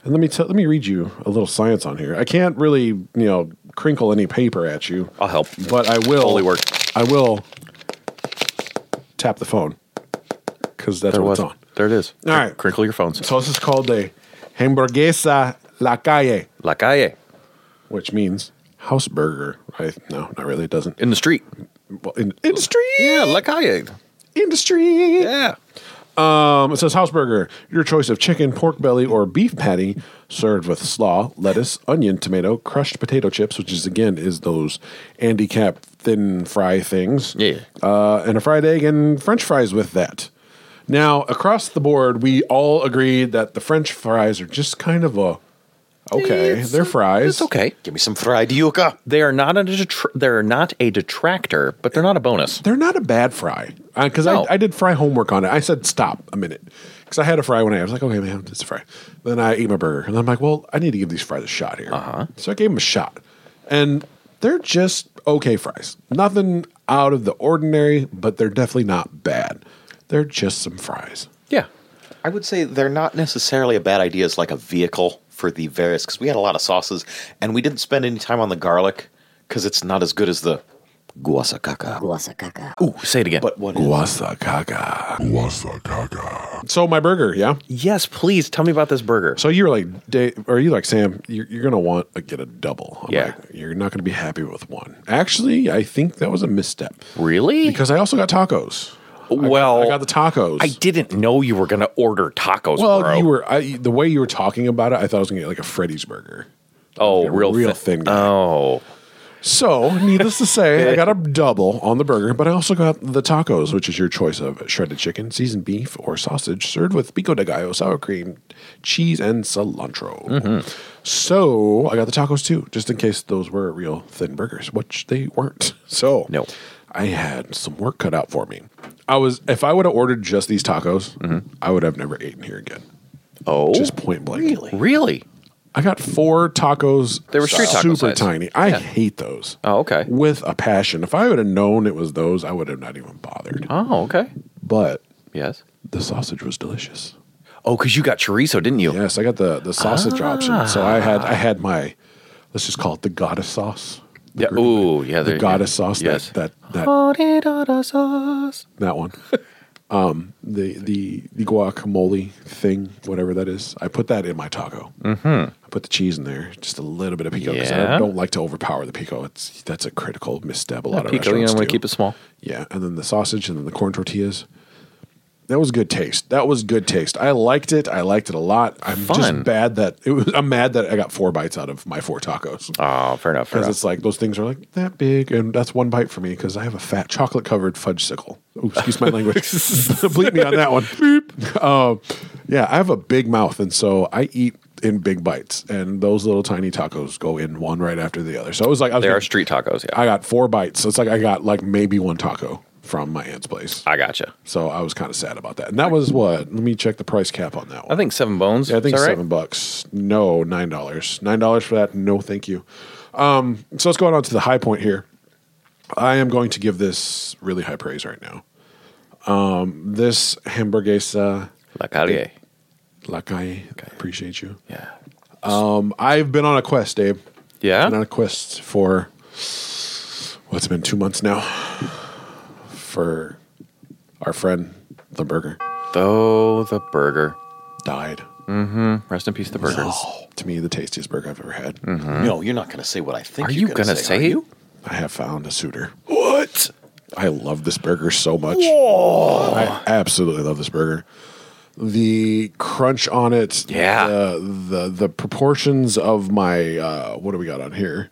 And let me tell, let me read you a little science on here. I can't really, you know, crinkle any paper at you, I'll help. but I will. Holy work. I will tap the phone because that's There what was. it's on. There it is. All right. Crinkle your phones. So this is called a hamburguesa la calle, La calle. which means house burger. I, no, not really. It doesn't. In the street. Well, in, industry. Yeah, La calle. Industry. Yeah. Um, it says house burger. Your choice of chicken, pork belly, or beef patty, served with slaw, lettuce, onion, tomato, crushed potato chips, which is again is those Andy Cap thin fry things. Yeah. Uh, and a fried egg and French fries with that. Now across the board, we all agreed that the French fries are just kind of a okay. they're fries. It's okay. Give me some fried yuca. They are not a detr they are not a detractor, but they're not a bonus. They're not a bad fry because No. I, I did fry homework on it. I said stop a minute because I had a fry one day. I was like, okay, man, it's a fry. Then I ate my burger and I'm like, well, I need to give these fries a shot here. Uh-huh. So I gave them a shot, and they're just okay fries. Nothing out of the ordinary, but they're definitely not bad. They're just some fries. Yeah. I would say they're not necessarily a bad idea as like a vehicle for the various because we had a lot of sauces and we didn't spend any time on the garlic because it's not as good as the guasacaca. Guasacaca. Ooh, say it again. But what is Guasacaca. Guasacaca. So my burger, yeah. yes, please tell me about this burger. So you were like, Dave, or you like Sam, you're, you're gonna want to get a double. I'm Yeah. like, you're not gonna be happy with one. Actually, I think that was a misstep really? because I also got tacos. well, I got the tacos. I didn't know you were going to order tacos, well, bro. you were I, the way you were talking about it. I thought I was gonna get like a Freddy's burger. oh, like a real, real thi- thing. Oh, So, needless to say, I got a double on the burger, but I also got the tacos, which is your choice of shredded chicken, seasoned beef, or sausage, served with pico de gallo, sour cream, cheese, and cilantro. Mm-hmm. So, I got the tacos too, just in case those were real thin burgers, which they weren't. So, No. I had some work cut out for me. I was, if I would have ordered just these tacos, I would have never eaten here again. Mm-hmm. oh, Just point blank. really? I got four tacos. They were street taco super size. tiny. I hate those. Oh, okay. With a passion. If I would have known it was those, I would have not even bothered. Oh, okay. But Yes. the sausage was delicious. Oh, because you got chorizo, didn't you? Yes, I got the the sausage Ah. option. So I had I had my let's just call it the goddess sauce. The Yeah, green- ooh, yeah, The there- goddess sauce. yes. That that Oh, that, Potato sauce. that one. Um, the the the guacamole thing, whatever that is, I put that in my taco. Mm-hmm. I put the cheese in there, just a little bit of pico because I Yeah. don't like to overpower the pico. It's that's a critical misstep. A lot of Pico, you restaurants know, want do. to keep it small. Yeah, and then the sausage and then the corn tortillas. That was good taste. That was good taste. I liked it. I liked it a lot. I'm Fun. just bad that it was. I'm mad that I got four bites out of my four tacos Oh, fair enough. because Fair enough. it's like those things are like that big, and that's one bite for me because I have a fat chocolate covered fudge sickle. Ooh, excuse my language. Bleep me on that one. Uh, yeah, I have a big mouth, and so I eat in big bites, and those little tiny tacos go in one right after the other. So it was like I was They are like- street tacos. Yeah, I got four bites. So it's like I got like maybe one taco from my aunt's place. I, gotcha. So I was kind of sad about that. And that was what? Let me check the price cap on that one. I think seven bones. Yeah, I think is that right? seven bucks. No, nine dollars. Nine dollars for that. No, thank you. Um, so let's go on to the high point here. I am going to give this really high praise right now. Um, this hamburguesa, La calle. like I appreciate you. Yeah. Um, I've been on a quest, Dave. Yeah. Been on a quest for what's been two months now for our friend the burger Though the burger. died. Oh, Rest in peace, the burger. To me, the tastiest burger I've ever had. No, you're not going to say what I think. Are you you're going to say, are you? I have found a suitor. What? I love this burger so much. I absolutely love this burger. The crunch on it. Yeah. The the, the proportions of my uh, what do we got on here?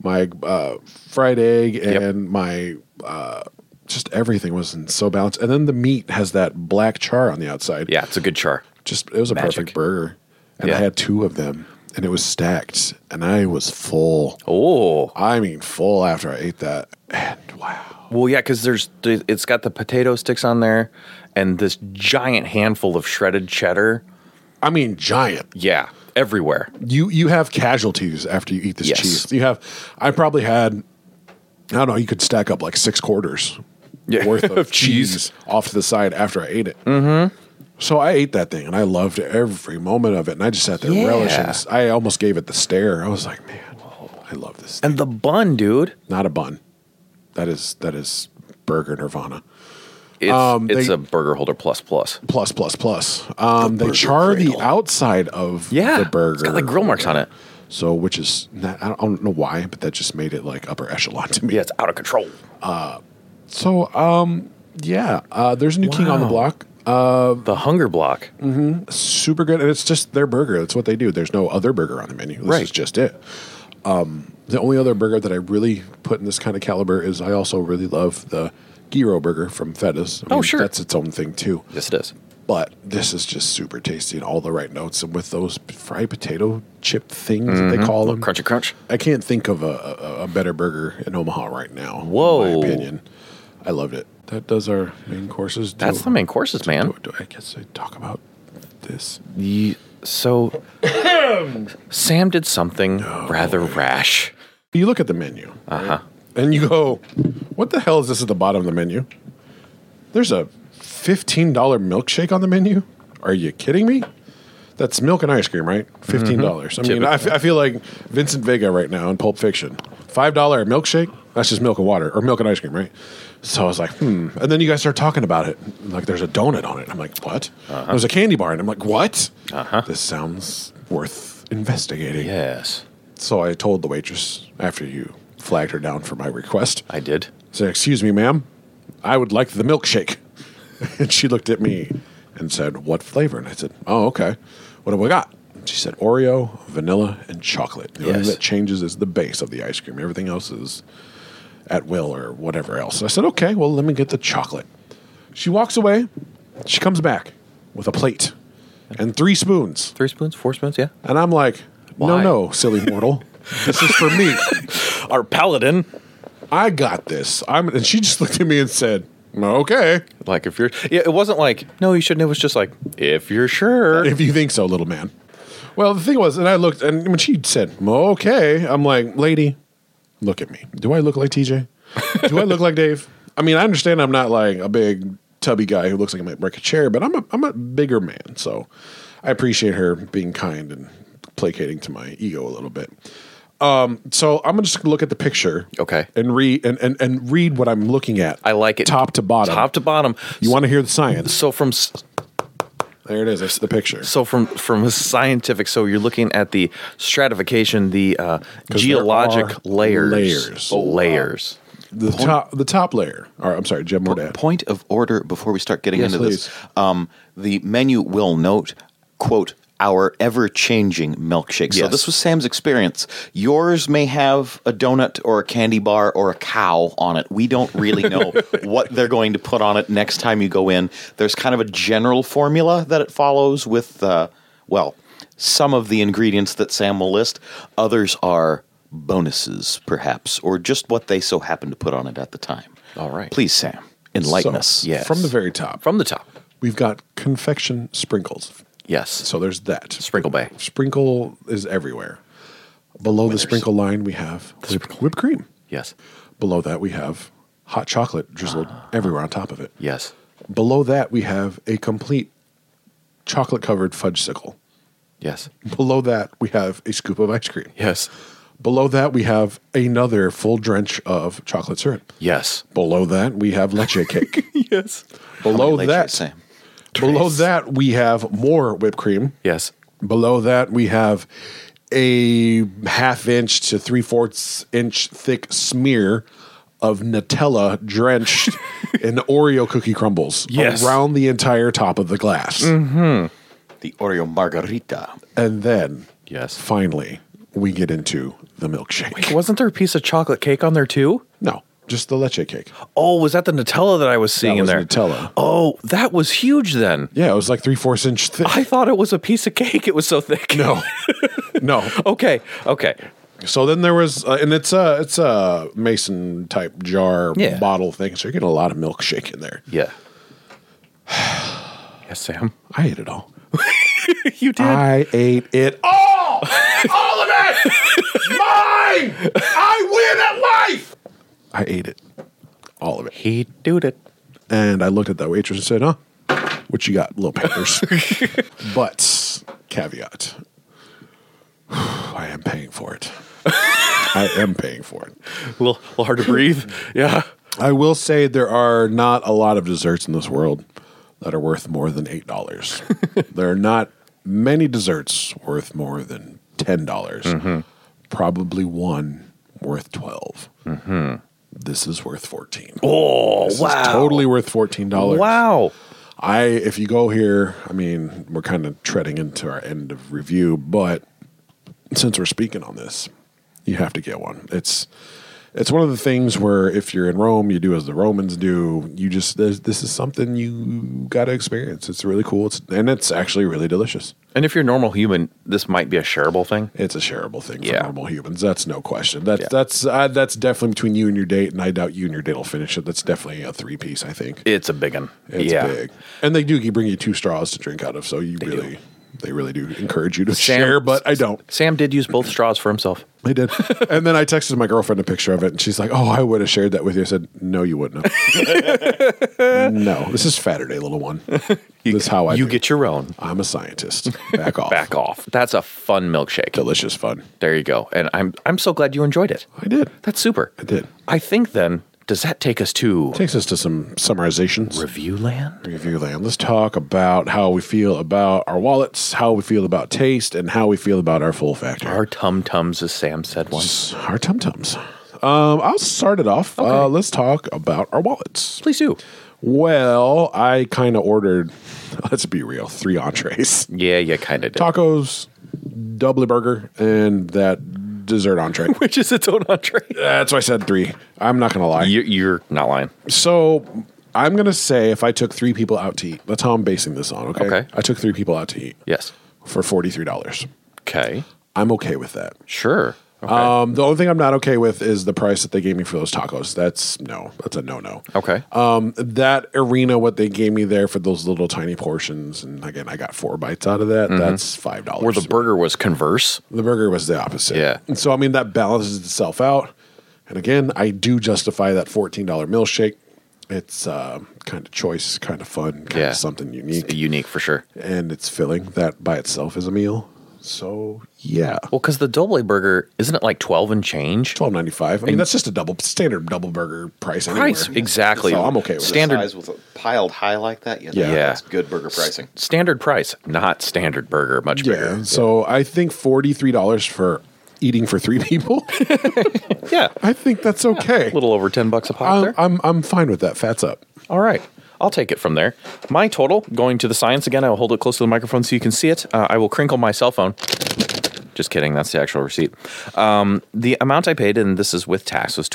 My uh, fried egg and Yep. my uh, just everything was in so balanced. And then the meat has that black char on the outside. Yeah, it's a good char. Just it was a Magic. perfect burger. And I Yeah. had two of them and it was stacked and I was full. Oh. I mean full after I ate that. And wow. Well, yeah, because there's th- it's got the potato sticks on there, and this giant handful of shredded cheddar. I mean giant. Yeah, everywhere. you you have casualties after you eat this Yes. cheese. You have I probably had I don't know, you could stack up like six quarters Yeah. worth of Of cheese. Mm-hmm. cheese off to the side after I ate it. So I ate that thing and I loved every moment of it. And I just sat there Yeah. relishing. this- I almost gave it the stare. I was like, man, I love this. And the bun, dude. Not a bun. That is that is burger nirvana. It's, Um, it's they- a burger holder plus plus. Plus plus plus. Um, they char the outside of Yeah, the burger. It's got like grill marks on it. So which is not, I don't- I don't know why, but that just made it like upper echelon to me. Yeah, it's out of control. So um yeah, uh, there's a new king on the Wow. block. The hunger block. super good, and it's just their burger. That's what they do. There's no other burger on the menu. This Right. is just it. Um, the only other burger that I really put in this kind of caliber is I also really love the gyro burger from Fetas. I Oh, sure. that's its own thing too. Yes, it is. But this is just super tasty and all the right notes, and with those fried potato chip things that they call them, Mm-hmm. Crunchy crunch. I can't think of a, a, a better burger in Omaha right now. in Whoa. my opinion, I loved it. That does our main courses. Do- That's the main courses, man. Do, do I guess I talk about this? Ye- So Sam did something rather rash. you look at the menu right? and you go, what the hell is this at the bottom of the menu? There's a $15 milkshake on the menu? Are you kidding me? That's milk and ice cream, right? $15. dollars I mean, I, f- I feel like Vincent Vega right now in Pulp Fiction. $5 milkshake? That's just milk and water or milk and ice cream, right? So I was like, hmm. And then you guys start talking about it. Like, there's a donut on it. I'm like, what? There's a candy bar. And I'm like, what? Uh-huh. This sounds worth investigating. Yes, So I told the waitress after you flagged her down for my request. I I did. said, "Excuse me, ma'am, I would like the milkshake." and she looked at me and said, "What flavor?" And I said, "Oh, okay. What have we got?" And she said, "Oreo, vanilla, and chocolate. The only Yes. thing that changes is the base of the ice cream. Everything else is at will or whatever else." I said, "Okay. Well, let me get the chocolate." She walks away. She comes back with a plate and three spoons. Three spoons, four spoons, yeah. And I'm like, no, Why? no, silly mortal. this is for me. Our paladin. I got this. I'm, and she just looked at me and said, okay, Like if you're, yeah, it wasn't like no, you shouldn't. It was just like if you're sure. if you think so, little man. Well, the thing was, and I looked, and when she said, okay, I'm like, lady, look at me. Do I look like TJ? Do I look like Dave? I mean, I understand I'm not like a big tubby guy who looks like I might break a chair, but I'm a, I'm a bigger man. So I appreciate her being kind and placating to my ego a little bit. Um, so I'm just gonna look at the picture. Okay. And read and, and, and read what I'm looking at. I like it Top to bottom. Top to bottom. you want to hear the science. so from s- There it is. It's the picture. so from from a scientific. So you're looking at the stratification, the uh, 'Cause geologic there are layers, layers. Oh, layers. The top the top layer. All right, I'm sorry, Jeb Mordat. Point of order before we start getting Yes, into please. this. Um, the menu will note, quote, our ever changing milkshake. So Yes. this was Sam's experience. Yours may have a donut or a candy bar or a cow on it. We don't really know what they're going to put on it next time you go in. There's kind of a general formula that it follows with, uh, well, some of the ingredients that Sam will list. Others are bonuses, perhaps, or just what they so happen to put on it at the time. All right. Please, Sam, enlighten So, us. yes. From the very top. From the top. We've got confection sprinkles. Yes. So there's that. sprinkle bay. Sprinkle is everywhere. Below the sprinkle line, we have whipped, whipped cream. Yes. Below that, we have hot chocolate drizzled everywhere on top of it. Yes. Below that, we have a complete chocolate covered fudge sickle. Yes. Below that, we have a scoop of ice cream. Yes. Below that, we have another full drench of chocolate syrup. Yes. Below that, we have leche cake. Yes. below Relate that, you, Sam. below that, we have more whipped cream. Yes. Below that, we have a half inch to three fourths inch thick smear of Nutella drenched in Oreo cookie crumbles Yes. Mm. around the entire top of the glass. The Oreo margarita. And then, Yes. finally, we get into the milkshake. Wasn't there a piece of chocolate cake on there too? No, just the leche cake. Oh, was that the Nutella that I was seeing was in there? Nutella. Oh, that was huge then. Yeah, it was like three fourths inch thick. I thought it was a piece of cake. It was so thick. no, no, Okay. Okay. So then there was, uh, and it's a it's a mason type jar Yeah. bottle thing. So you're getting a lot of milkshake in there. Yeah. yes, Sam. I ate it all. you did. I ate it all. all of it. Mine. I win at life. I ate it, all of it. he did it. And I looked at that waitress and said, "Huh, what you got, little Panthers. but caveat, I am paying for it. I am paying for it. A little, little hard to breathe. Yeah. I will say there are not a lot of desserts in this world that are worth more than eight dollars. there are not many desserts worth more than ten dollars. Mm-hmm. Probably one worth 12 This is worth fourteen. Mm-hmm. Oh, This is totally worth fourteen dollars. Wow. I if you go here, I mean, we're kind of treading into our end of review, but since we're speaking on this, you have to get one. It's it's one of the things where if you're in Rome, you do as the Romans do. You just there's- this is something you got to experience. It's really cool. It's and it's actually really delicious. And if you're a normal human, this might be a shareable thing. It's a shareable thing for Yeah. normal humans. That's no question. That's Yeah. that's uh, that's definitely between you and your date, and I doubt you and your date will finish it. That's definitely a three piece. I think. It's a big one. It's yeah. big, and they do bring you two straws to drink out of. So you really, do. they really do encourage you to Sam- share, but I don't. Sam did use both straws for himself. I did, and then I texted my girlfriend a picture of it, and she's like, "Oh, I would have shared that with you." I said, "No, you wouldn't have. no, this is Saturday, little one. this is how I. you think. get your own. I'm a scientist. Back off. Back off. That's a fun milkshake. Delicious fun. There you go. And I'm I'm so glad you enjoyed it. I did. That's super. I did. I think then does that take us to Takes us to some summarizations. review land? Review land. Let's talk about how we feel about our wallets, how we feel about taste, and how we feel about our full factor. Our tum tums, as Sam said once. our tum tums. Um, I'll start it off. Uh, let's talk about our wallets. Please do. Well, I kind of ordered. Let's be real, three entrees: Yeah, you kind of did. tacos, doubly burger, and that dessert entree. Which is its own entree. That's why I said three. I'm not gonna lie. You're, you're not lying. So I'm gonna say if I took three people out to eat, that's how I'm basing this on. Okay. Okay. I took three people out to eat Yes. for forty three dollars. Okay. I'm okay with that. Sure. Okay. Um, the only thing I'm not okay with is the price that they gave me for those tacos. That's no, that's a no no. okay. Um, that arena, what they gave me there for those little tiny portions, and again, I got four bites out of that. That's five dollars. Where Mm-hmm. the burger was converse. The burger was the opposite. Yeah. And so I mean that balances itself out. And again, I do justify that fourteen dollar milkshake. It's uh, kind of choice, kind of fun, kind Yeah. of something It's unique, unique for sure. and it's filling. That by itself is a meal. So yeah, Well, because the Doble burger isn't it like twelve and change? twelve ninety five. I mean, that's just a double standard double burger price. Anywhere. Price exactly. So I'm okay with Stand- Stand- Standard- Size with a piled high like that. Yeah, Yeah. that's good burger pricing. Standard price, not standard burger. Much Yeah. bigger. So I think forty three dollars for eating for three people. Yeah. I think that's okay. A little over ten bucks a pop I'm, there. I'm I'm fine with that. Fats up. All right. I'll take it from there. My total, going to the science again, I will hold it close to the microphone so you can see it. Uh, I will crinkle my cell phone. Just kidding. That's the actual receipt. Um, the amount I paid, and this is with tax, was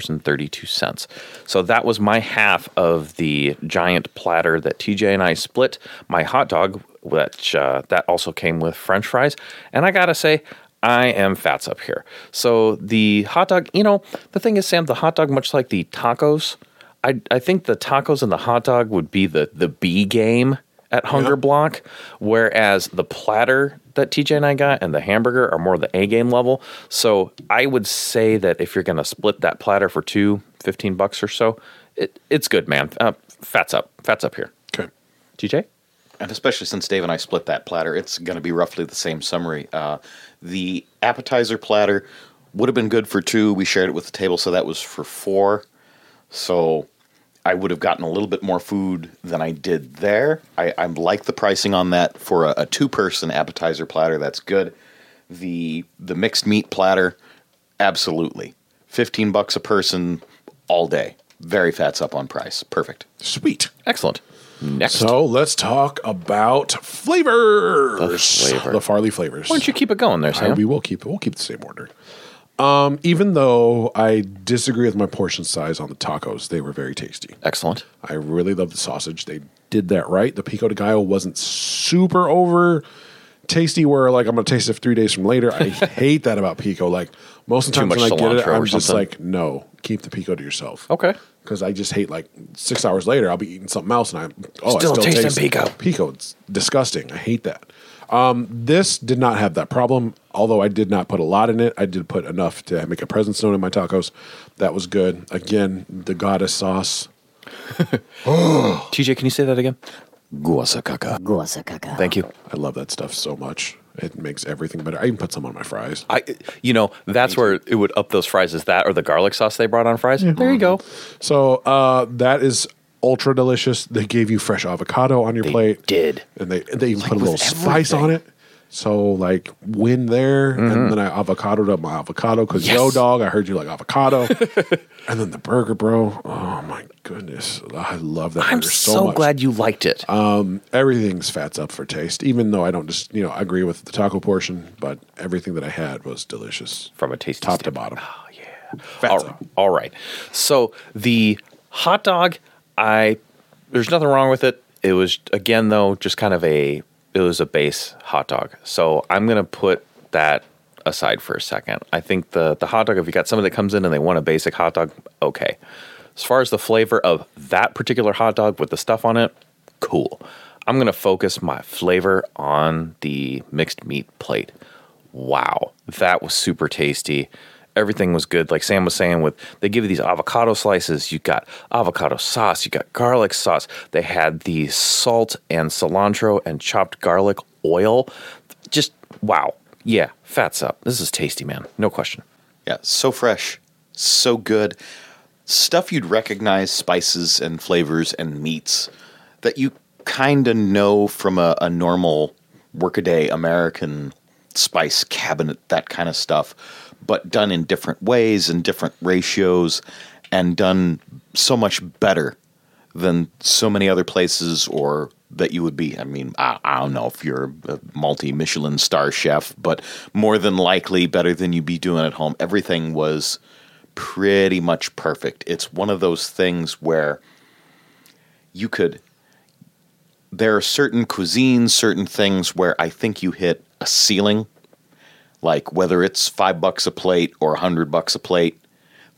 $26.32. So that was my half of the giant platter that TJ and I split. My hot dog, which uh, that also came with french fries. And I got to say, I am fats up here. So the hot dog, you know, the thing is, Sam, the hot dog, much like the tacos, I, I think the tacos and the hot dog would be the, the B game at Hunger Block, whereas the platter that TJ and I got and the hamburger are more the A game level. So I would say that if you're going to split that platter for two, 15 bucks or so, it, it's good, man. Uh, fats up. Fats up here. Okay. TJ? And especially since Dave and I split that platter, it's going to be roughly the same summary. Uh, the appetizer platter would have been good for two. We shared it with the table, so that was for four. So I would have gotten a little bit more food than I did there. I, I like the pricing on that for a, a two person appetizer platter. That's good. The the mixed meat platter, absolutely. 15 bucks a person all day. Very fats up on price. Perfect. Sweet. Excellent. Next. So let's talk about flavors. The, flavor. Farley flavors. Why don't you keep it going there, I- Sam? we will keep we'll keep the same order. Um, even though I disagree with my portion size on the tacos, they were very tasty. Excellent. I really love the sausage. They did that right. The pico de gallo wasn't super over tasty where like I'm gonna taste it three days from later. I hate that about pico. Like most of the Too times when I much get it, cilantro or I'm just something. like, no, keep the pico to yourself. Okay. Because I just hate like six hours later, I'll be eating something else, and I'm oh, Still I still tasting taste pico. Pico, it's disgusting. I hate that. Um, this did not have that problem. Although I did not put a lot in it, I did put enough to make a presence known in my tacos. That was good. Again, the goddess sauce. TJ, can you say that again? Guasacaca. Guasacaca. Thank you. I love that stuff so much. It makes everything better. I even put some on my fries. I, you know, that's where it would up those fries. Is that or the garlic sauce they brought on fries? There you go. So uh, that is ultra delicious. They gave you fresh avocado on your plate. did. and they they even put a with little spice on it. So like win there, and then I avocadoed up my avocado because yo Yes. dog, I heard you like avocado, and then the burger, bro. Oh my goodness, I love that. I'm burger so, much. Uh, glad you liked it. everything's fats up for taste. Even though I don't just you know agree with the taco portion, but everything that I had was delicious From a tasty top to bottom. standpoint. Oh, All right. All right. So the hot dog, I there's nothing wrong with it. It was again though just kind of a it was a base hot dog. So I'm gonna put that aside for a second. I think the the hot dog if you got somebody that comes in and they want a basic hot dog, okay. As far as the flavor of that particular hot dog with the stuff on it, cool. I'm gonna focus my flavor on the mixed meat plate wow, that was super tasty. Everything was good. Like Sam was saying, with they give you these avocado slices. You got avocado sauce. You got garlic sauce. They had the salt and cilantro and chopped garlic oil. Just wow, yeah, fats up. This is tasty, man. No question. Yeah, so fresh, so good. Stuff you'd recognize spices and flavors and meats that you kind of know from a, a normal workaday American spice cabinet, that kind of stuff, but done in different ways and different ratios and done so much better than so many other places or that you would be. I mean, I, I don't know if you're a multi Michelin star chef, but more than likely better than you'd be doing at home. Everything was pretty much perfect. It's one of those things where you could there are certain cuisines, certain things where I think you hit a ceiling. Like whether it's five bucks a plate or a hundred bucks a plate,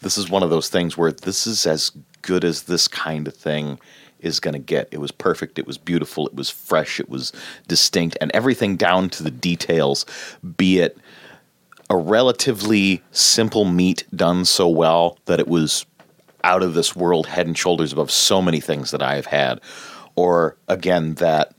this is one of those things where this is as good as this kind of thing is going to get. It was perfect. It was beautiful. It was fresh. It was distinct. And everything down to the details, be it a relatively simple meat done so well that it was out of this world, head and shoulders above so many things that I've had. Or again, that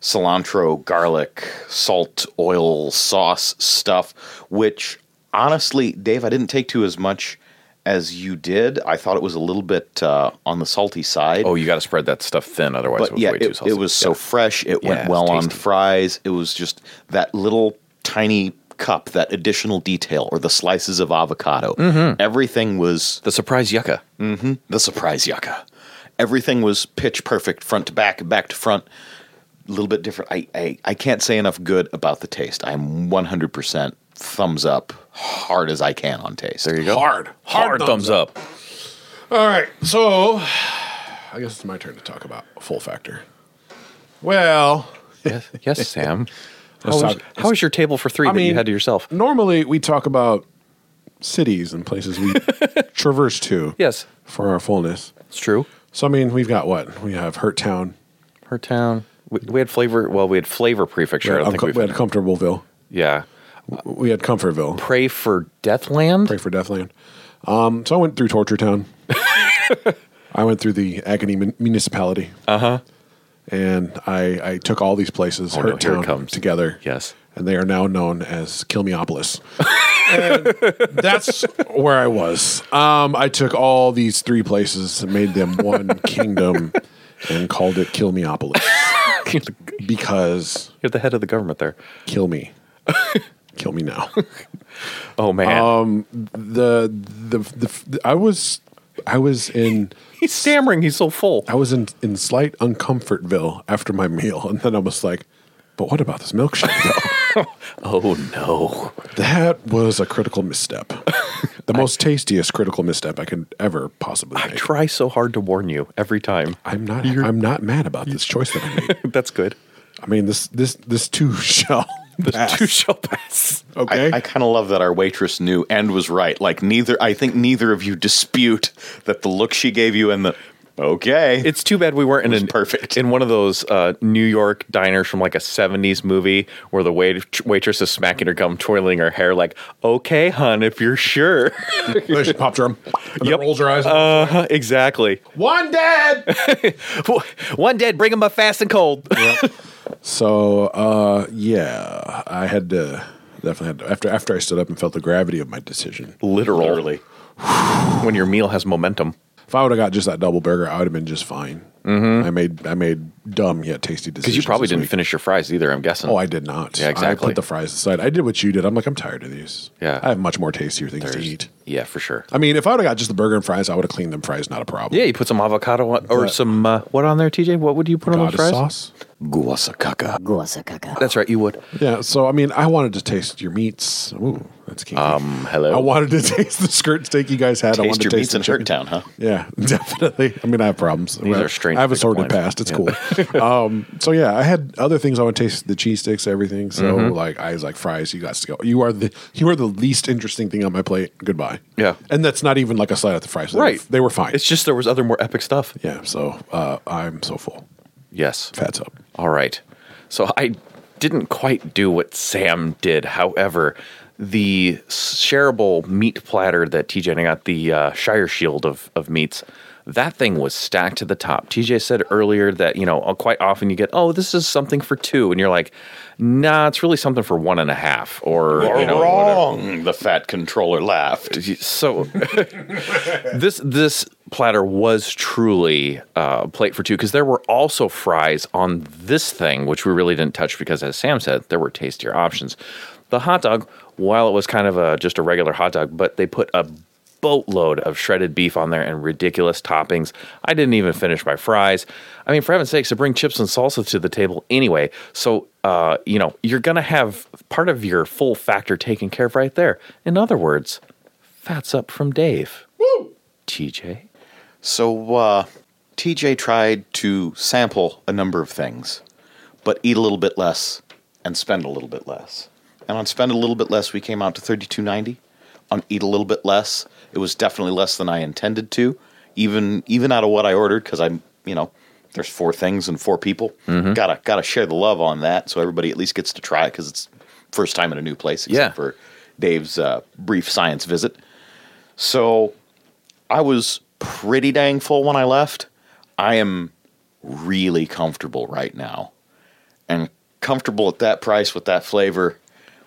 cilantro, garlic, salt, oil, sauce stuff, which honestly, Dave, I didn't take to as much as you did. I thought it was a little bit uh, on the salty side. Oh, you got to spread that stuff thin, otherwise it but was yeah, way too it, salty. it was so Yeah. fresh. It Yeah, went it's well on tasty. fries. It was just that little tiny cup, that additional detail, or the slices of avocado. Mm-hmm. Everything was the surprise yucca. Mm. the surprise yucca. Everything was pitch perfect, front to back, back to front. A little bit different. I, I, I can't say enough good about the taste. I'm 100% thumbs up, hard as I can on taste. There you go. Hard, hard, thumbs up. All right, so I guess it's my turn to talk about full factor. Well, yes, yes, Sam. How Let's was, talk- how was your table for three I that you mean- had to yourself? normally we talk about cities and places we traverse to Yes, for our fullness. it's true. So I mean, we've got what we have: Hurt Town, Her town. We, we had flavor. Well, we had flavor prefecture. we I don't had, think Uncom- we've we had Comfortableville, Yeah. we had Comfortville, Pray for Deathland. Pray for Deathland. Um, so I went through Torture Town. I went through the Agony mun- Municipality. Uh huh. Uh-huh. And I, I took all these places, Oh, no, Hurt here it Town, comes. together. Yes. and they are now known as Kilmeopolis. and that's where I was. Um, I took all these three places and made them one kingdom and called it Kilmeopolis because You're the head of the government there. kill me. Kill me now. Oh man. The, the the I was I was in he's stammering. He's so full. I was in, in slight uncomfortville after my meal and then I was like, but what about this milkshake though? Oh no. That was a critical misstep. The most tastiest critical misstep I could ever possibly I make. try so hard to warn you every time. I'm not I'm not mad about this choice that I made. That's good. I mean this this this too shall The pass, two shall pass. okay? I, I kind of love that our waitress knew and was right. Like neither, I think neither of you dispute that the look she gave you and the Okay. It's too bad we weren't in was an, perfect. in one of those uh, New York diners from like a '70s movie where the wait- waitress is smacking her gum, twirling her hair, like "Okay, hun, if you're sure." No, she pops her arm and then Yep. rolls her eyes. Uh huh. Exactly. One dead. One dead. Bring him up fast and cold. So uh, yeah, I had to definitely had to, after after I stood up and felt the gravity of my decision. Literal. Literally. when your meal has momentum. If I would have got just that double burger, I would have been just fine. Mm-hmm. I made I made dumb yet tasty decisions. Because you probably this didn't week. finish your fries either. I'm guessing. Oh, I did not. Yeah, I exactly. put the fries aside. I did what you did. I'm like, I'm tired of these. Yeah. I have much more tastier things to eat. Yeah, for sure. I mean, if I would have got just the burger and fries, I would have cleaned them fries, not a problem. Yeah, you put some avocado on, or But- some uh, what on there, TJ? What would you put on the God, fries? sauce. Guasakaka. That's right, you would. Yeah, so I mean, I wanted to taste your meats. Ooh, that's kinky. Um, hello. I wanted to taste the skirt steak you guys had. I Taste wanted your to meats taste in the Hurt chicken. Town, huh? Yeah, definitely. I mean, I have problems. These are strange I have a pickup sordid lines. past. It's cool. um, so yeah, I had other things I would taste the cheese sticks, everything. So Mm-hmm. like, I was like fries. You got to go. You are the you are the least interesting thing on my plate. Goodbye. Yeah. and that's not even like a slight at the fries. They were- Right. they were fine. It's just there was other more epic stuff. yeah. So uh, I'm so full. Yes. Fats up. All right. So I didn't quite do what Sam did. However, the shareable meat platter that TJ and I got, the uh, Shire Shield of, of meats, that thing was stacked to the top. TJ said earlier that, you know, quite often you get, oh, this is something for two. And you're like, nah, it's really something for one and a half. Or, You're you know, whatever. wrong. The fat controller laughed. so this this platter was truly uh, a plate for two because there were also fries on this thing which we really didn't touch because as sam said there were tastier options the hot dog while it was kind of a just a regular hot dog but they put a boatload of shredded beef on there and ridiculous toppings i didn't even finish my fries i mean for heaven's sakes to bring chips and salsa to the table anyway so uh, you know you're gonna have part of your full factor taken care of right there in other words Fats up from Dave. Woo! TJ. So uh, TJ tried to sample a number of things, but eat a little bit less and spend a little bit less. And on spend a little bit less, we came out to thirty two ninety. On eat a little bit less, it was definitely less than I intended to, even even out of what I ordered because I'm you know there's four things and four people. Gotta gotta share the love on that so everybody at least gets to try it because it's first time in a new place Yeah. except for Dave's uh, brief science visit. So I was pretty dang full when I left. I am really comfortable right now. And comfortable at that price with that flavor,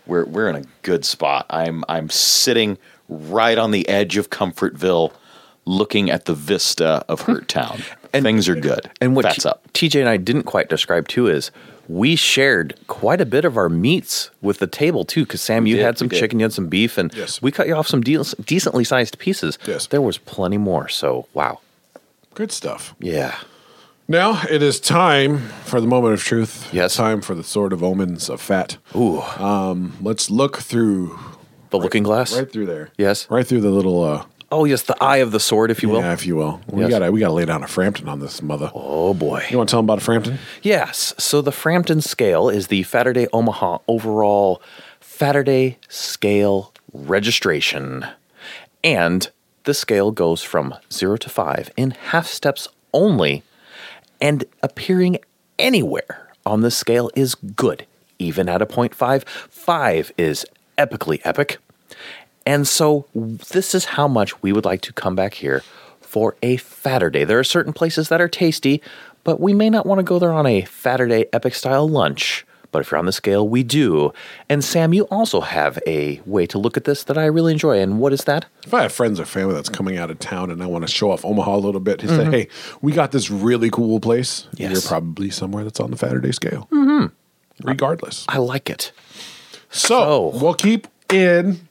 we're we're in a good spot. I'm I'm sitting right on the edge of Comfortville looking at the vista of Hurt Town. Things are good. Hmm. And what that's T- up. TJ and I didn't quite describe too is we shared quite a bit of our meats with the table too, because Sam, you did, had some we did. chicken, you had some beef, and Yes. we cut you off some de- decently sized pieces. Yes. There was plenty more. So wow. Good stuff. Yeah. Now it is time for the moment of truth. Yes. Time for the sword of omens of fat. Ooh. Um, let's look through the looking glass. right through there. Yes. Right through the little uh Oh yes, the eye of the sword, if you will. yeah, if you will. We Yes. gotta we gotta lay down a Frampton on this mother. Oh Mm-hmm. boy. You wanna tell them about a Frampton? Yes. So the Frampton scale is the Fatterday Omaha overall Fatterday scale registration. And the scale goes from zero to five in half steps only, and appearing anywhere on the scale is good, even at a 0.5. Five is epically epic. And so this is how much we would like to come back here for a fatter day. There are certain places that are tasty, but we may not want to go there on a fatter day epic style lunch. But if you're on the scale, we do. And Sam, you also have a way to look at this that I really enjoy. And what is that? If I have friends or family that's coming out of town and I want to show off Omaha a little bit, he say, Hey, we got this really cool place. Mm-hmm. Yes. Mm-hmm. You're probably somewhere that's on the Saturday scale. Regardless. I like it. So So- we'll keep in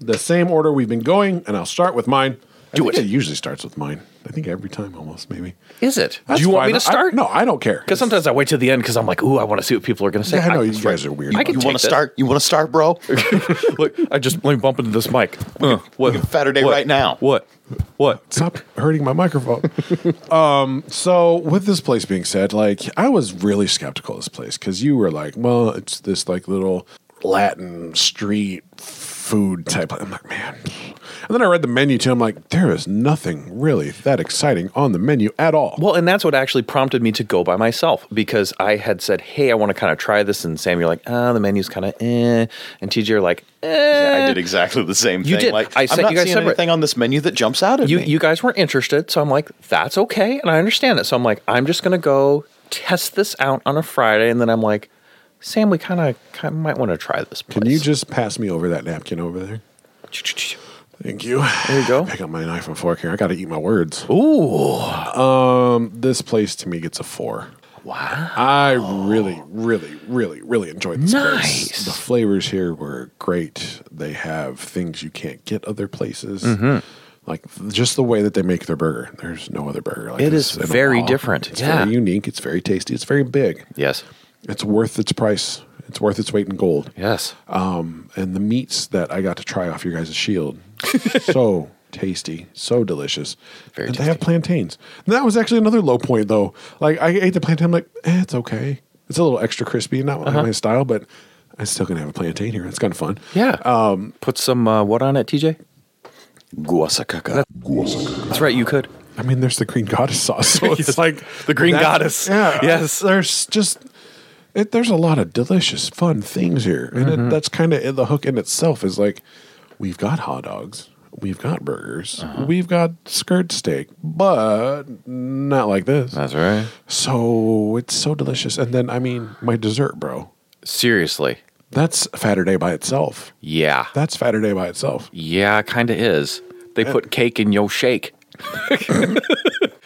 the same order we've been going, and I'll start with mine. I Do think it. usually starts with mine. I think every time almost, maybe. Is it? That's do you want fine. me to start? I, no, I don't care. Because sometimes I wait to the end because I'm like, ooh, I want to see what people are going to say. Yeah, I know you guys are weird. I can You take wanna this. start? You wanna start, bro? Look, I just let me bump into this mic. Uh, what? Saturday what, right now. What? What? Stop hurting my microphone. um, so with this place being said, like I was really skeptical of this place because you were like, well, it's this like little Latin street food type. I'm like, man. And then I read the menu too. I'm like, there is nothing really that exciting on the menu at all. Well, and that's what actually prompted me to go by myself because I had said, "Hey, I want to kind of try this," and Sam, you're like, "Ah, the menu's kind of eh," and TJ, you're like, "Eh." I did exactly the same You thing. did. Like I I am sent not you guys seeing separate. anything on this menu that jumps out at you me. you guys weren't interested, so I'm like, that's okay, and I understand that. So I'm like, I'm just gonna go test this out on a Friday, and then I'm like, Sam, we kind of kind might want to try this. Place. Can you just pass me over that napkin over there? Thank you. There you go. Pick up my knife and fork here. I got to eat my words. Ooh, Um, this place to me gets a four. wow. I really, really, really, really enjoyed this Oh. Nice. place. The flavors here were great. They have things you can't get other places. Mm-hmm. Like just the way that they make their burger. There's no other burger like It this is in a very while. different. It's Yeah. very unique. It's very tasty. It's very big. Yes, It's worth its price. It's worth its weight in gold. yes. Um, and the meats that I got to try off your guys' shield, so tasty, so delicious. Very and they have plantains. And that was actually another low point though. Like I ate the plantain, I'm like, eh, it's okay. It's a little extra crispy, not Uh-huh. my style, but I'm still gonna have a plantain here. It's kind of fun. Yeah. Um, put some uh, what on it, TJ? Guasacaca. That's right. You could. I mean, there's the green goddess sauce, so it's Yes. like The green that- goddess. Yeah. Yes. There's just. It, there's a lot of delicious, fun things here, and Mm-hmm. it, that's kind of the hook in itself. Is like, we've got hot dogs, we've got burgers, Uh-huh. we've got skirt steak, but not like this. right. so it's so delicious, and then I mean, my dessert, bro. Seriously. That's Saturday by itself. Yeah. That's Saturday by itself. Yeah, kind of is. They put cake in your shake.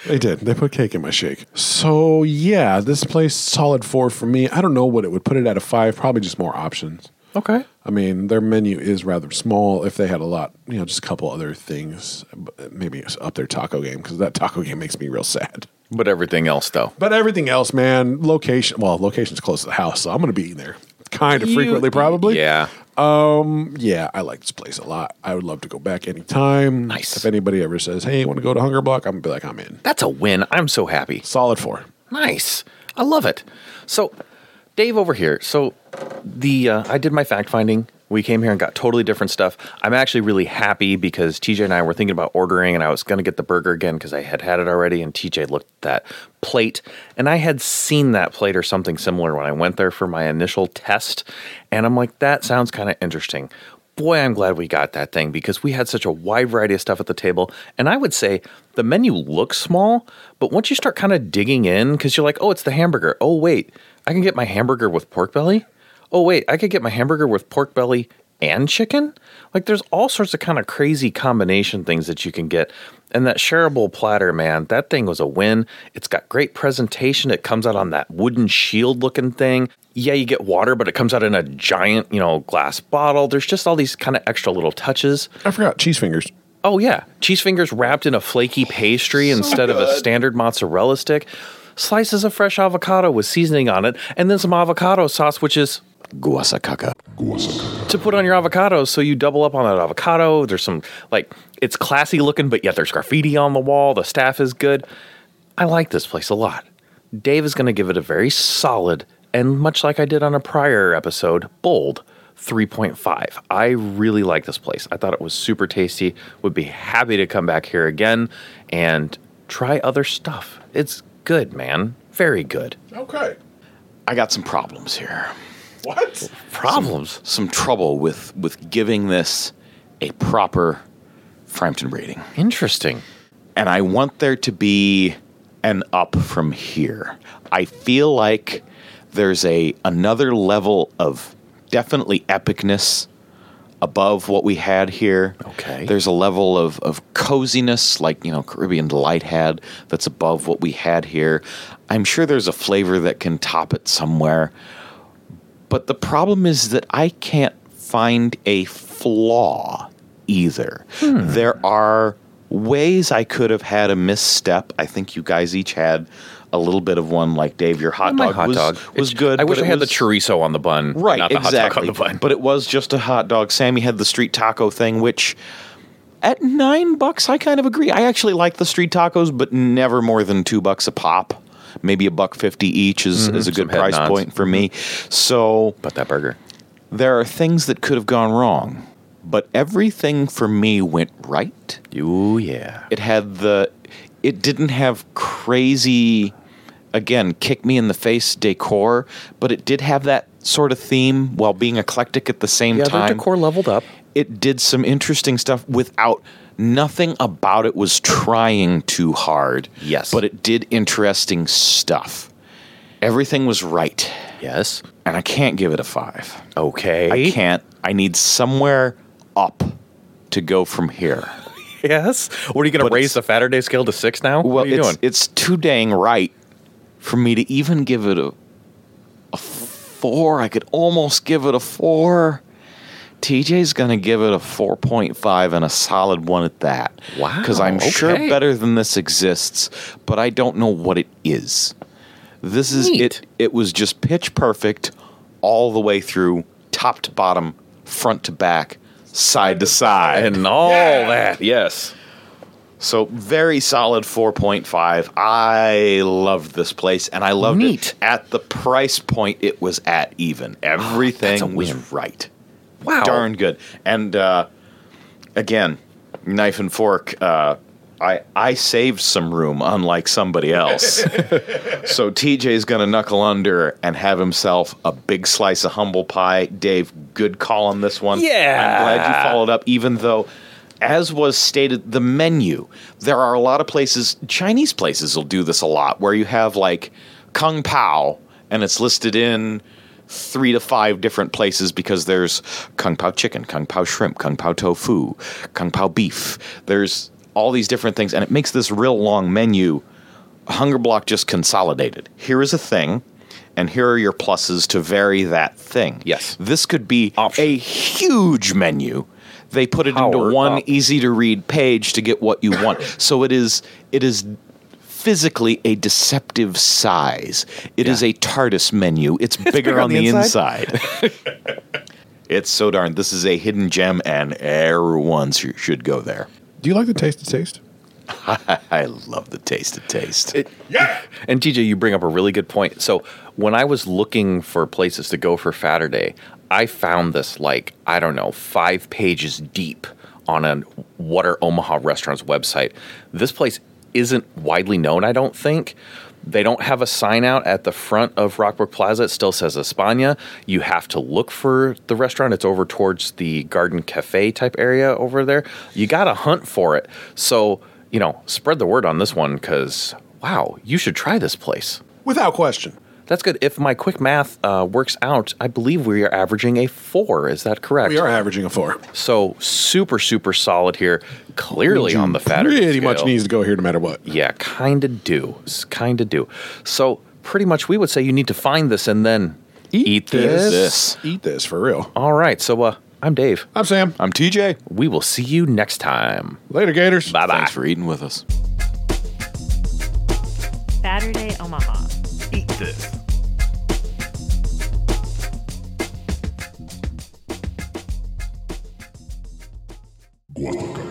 They did. They put cake in my shake. So yeah, this place solid four for me. I don't know what it would put it at a five. Probably just more options. Okay. I mean, their menu is rather small. If they had a lot, you know, just a couple other things, but maybe up their taco game because that taco game makes me real sad. But everything else, though. But everything else, man, location. Well, location's close to the house, so I'm going to be eating there kind of You- frequently, probably. Yeah. Yeah, I like this place a lot. I would love to go back anytime. Nice. If anybody ever says, "Hey, want to go to Hunger Block?" I'm gonna be like, "I'm in." That's a win. I'm so happy. Solid four. Nice. I love it. So, Dave over here. So, the uh, I did my fact finding. We came here and got totally different stuff. I'm actually really happy because TJ and I were thinking about ordering, and I was going to get the burger again because I had had it already. And TJ looked at that plate, and I had seen that plate or something similar when I went there for my initial test. And I'm like, that sounds kind of interesting. Boy, I'm glad we got that thing because we had such a wide variety of stuff at the table. And I would say the menu looks small, but once you start kind of digging in, because you're like, oh, it's the hamburger. Oh, wait, I can get my hamburger with pork belly. Oh, wait, I could get my hamburger with pork belly and chicken. Like, there's all sorts of kind of crazy combination things that you can get. And that shareable platter, man, that thing was a win. It's got great presentation. It comes out on that wooden shield looking thing. Yeah, you get water, but it comes out in a giant, you know, glass bottle. There's just all these kind of extra little touches. I forgot cheese fingers. Oh yeah, cheese fingers wrapped in a flaky pastry instead of a standard mozzarella stick. Slices of fresh avocado with seasoning on it, and then some avocado sauce, which is Guasacaca. to put on your avocados so you double up on that avocado. There's some like it's classy looking, but yet there's graffiti on the wall. The staff is good. I like this place a lot. Dave is going to give it a very solid and much like I did on a prior episode, bold 3.5. I really like this place. I thought it was super tasty. Would be happy to come back here again and try other stuff. It's good, man. Very good. Okay. I got some problems here. What? Problems. Some trouble with with giving this a proper Frampton rating. Interesting. and I want there to be an up from here. I feel like there's a another level of definitely epicness above what we had here. Okay. There's a level of, of coziness like, you know, Caribbean Delight had that's above what we had here. I'm sure there's a flavor that can top it somewhere. But the problem is that I can't find a flaw either. Hmm. There are ways I could have had a misstep. I think you guys each had a little bit of one. Like Dave, your hot My dog hot was, dog was It- good. I wish but I it had was- the chorizo on the bun, right, Not the exactly. hot dog on the bun. But it was just a hot dog. Sammy had the street taco thing, which at nine bucks, I kind of agree. I actually like the street tacos, but never more than two bucks a pop. Maybe a buck fifty each is, is a good Mm-hmm. head price nods. Mm-hmm. point for me. So but that burger. There are things that could have gone wrong, but everything for me went right. Oh yeah. It had the. It didn't have crazy, again, kick me in the face decor, but it did have that sort of theme while being eclectic at the same Yeah, their time. decor leveled up. It did some interesting stuff without. Nothing about it was trying too hard. Yes. But it did interesting stuff. Everything was right. Yes. And I can't give it a five. Okay. I can't. I need somewhere up to go from here. Yes. What are you going But to raise it's- the Saturday scale to six now? Well, what are you it's doing? it's too dang right for me to even give it a a four. I could almost give it a four. TJ's gonna give it a four point five and a solid one at that. Wow, Because I'm sure okay. better than this exists, but I don't know what it is. This is Neat. it. It was just pitch perfect all the way through, top to bottom, front to back, side to side. and all that. Yes. So very solid 4.5. I loved this place and I loved Neat. Ah, it at the price point it was at even. Everything a was win. right. Wow. Darn good. And uh, again, knife and fork uh, I I saved some room unlike somebody else. so TJ's going to knuckle under and have himself a big slice of humble pie. Dave, good call on this one. Yeah. I'm glad you followed followed up, even though, as was stated, the menu, there are a lot of places, Chinese places will do this a lot, where you have like Kung Pao and it's listed in three to five different places because there's Kung Pao chicken, Kung Pao shrimp, Kung Pao tofu, Kung Pao beef. There's all these different things, and it makes this real long menu. Hunger Block just consolidated. Here is a thing, and here are your pluses to vary that thing. Yes. This could be Option. a huge menu. They put it Power into one up. easy to read page to get what you want. so it is it is physically a deceptive size. It is Yeah. a TARDIS menu. It's bigger on, the, inside. it's so darn. This is a hidden gem, and everyone sh- should go there. Do you like the taste of taste? I love the taste of taste. And TJ, you bring up a really good point. So when I was looking for places to go for Saturday, I found this like I don't know five pages deep on a What Are Omaha Restaurants website. This place isn't widely known, I don't think. They don't have a sign out at the front of Rockbrook Plaza. It still says Espana. You have to look for the restaurant. It's over towards the Garden Cafe type area over there. You got to hunt for it. So, you know, spread the word on this one because, wow, you should try this place. Without question. That's good. If my quick math uh, works out, I believe we are averaging a four. Is that correct? We are averaging a four. So super, super solid here. Clearly on the fatter. Pretty scale. much needs to go here no matter what. Yeah, kind of do. Kind of do. So pretty much we would say you need to find this and then eat, this. Eat this for real. All right. So uh, I'm Dave. I'm Sam. I'm TJ. We will see you next time. Later, Gators. Bye bye. Thanks for eating with us. Saturday Omaha. Eat this. Guataca.